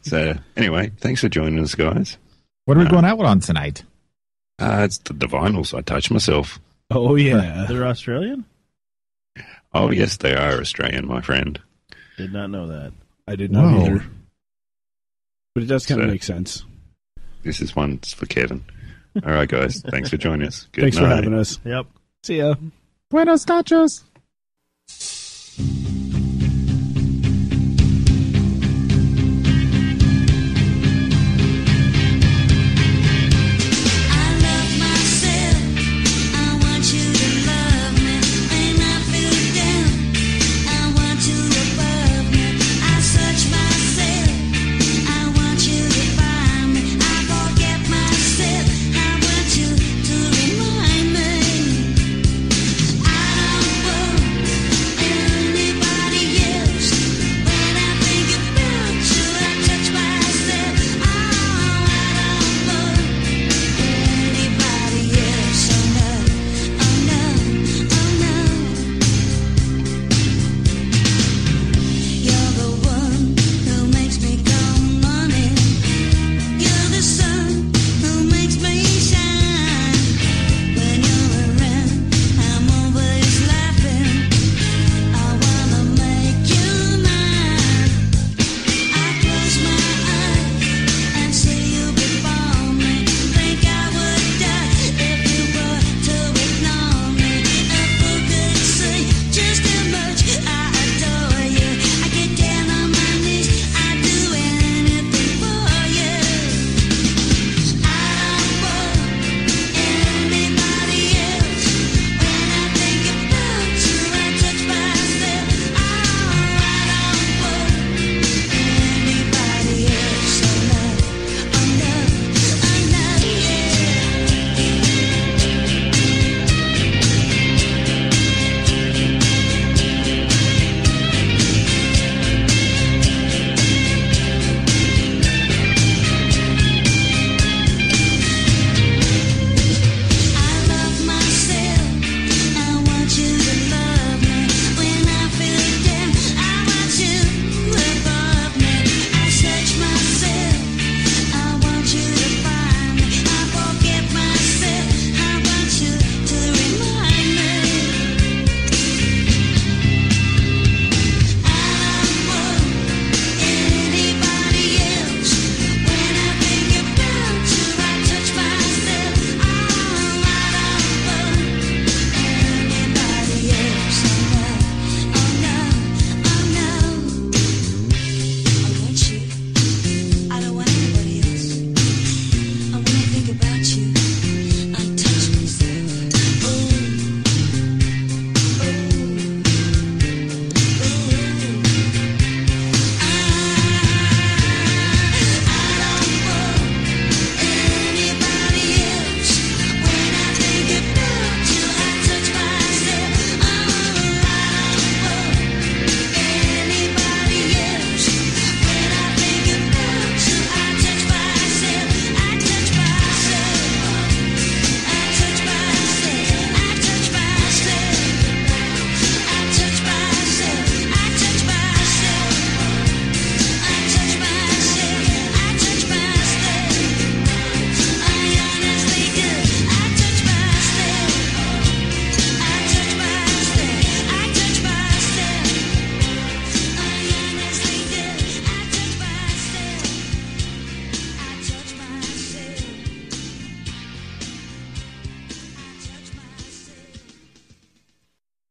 C: So anyway, thanks for joining us, guys.
D: What are we
C: Uh,
D: going out on tonight?
C: Uh, it's the Divinals. I touch myself.
E: Oh yeah.
F: They're Australian.
C: Oh, yes, they are Australian, my friend.
F: Did not know that.
E: I did not
D: Whoa.
E: either. But it does kind of
C: So-
E: make sense.
C: This is one for Kevin. All right, guys. Thanks for joining us. Good
E: Thanks
C: night.
E: for having us.
F: Yep.
E: See ya.
D: Buenos nachos.
I: I don't
E: Oh,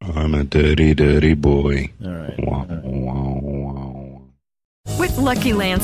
C: I'm a dirty, dirty boy.
F: All right.
C: Wow, wow, wow.
J: With Lucky Land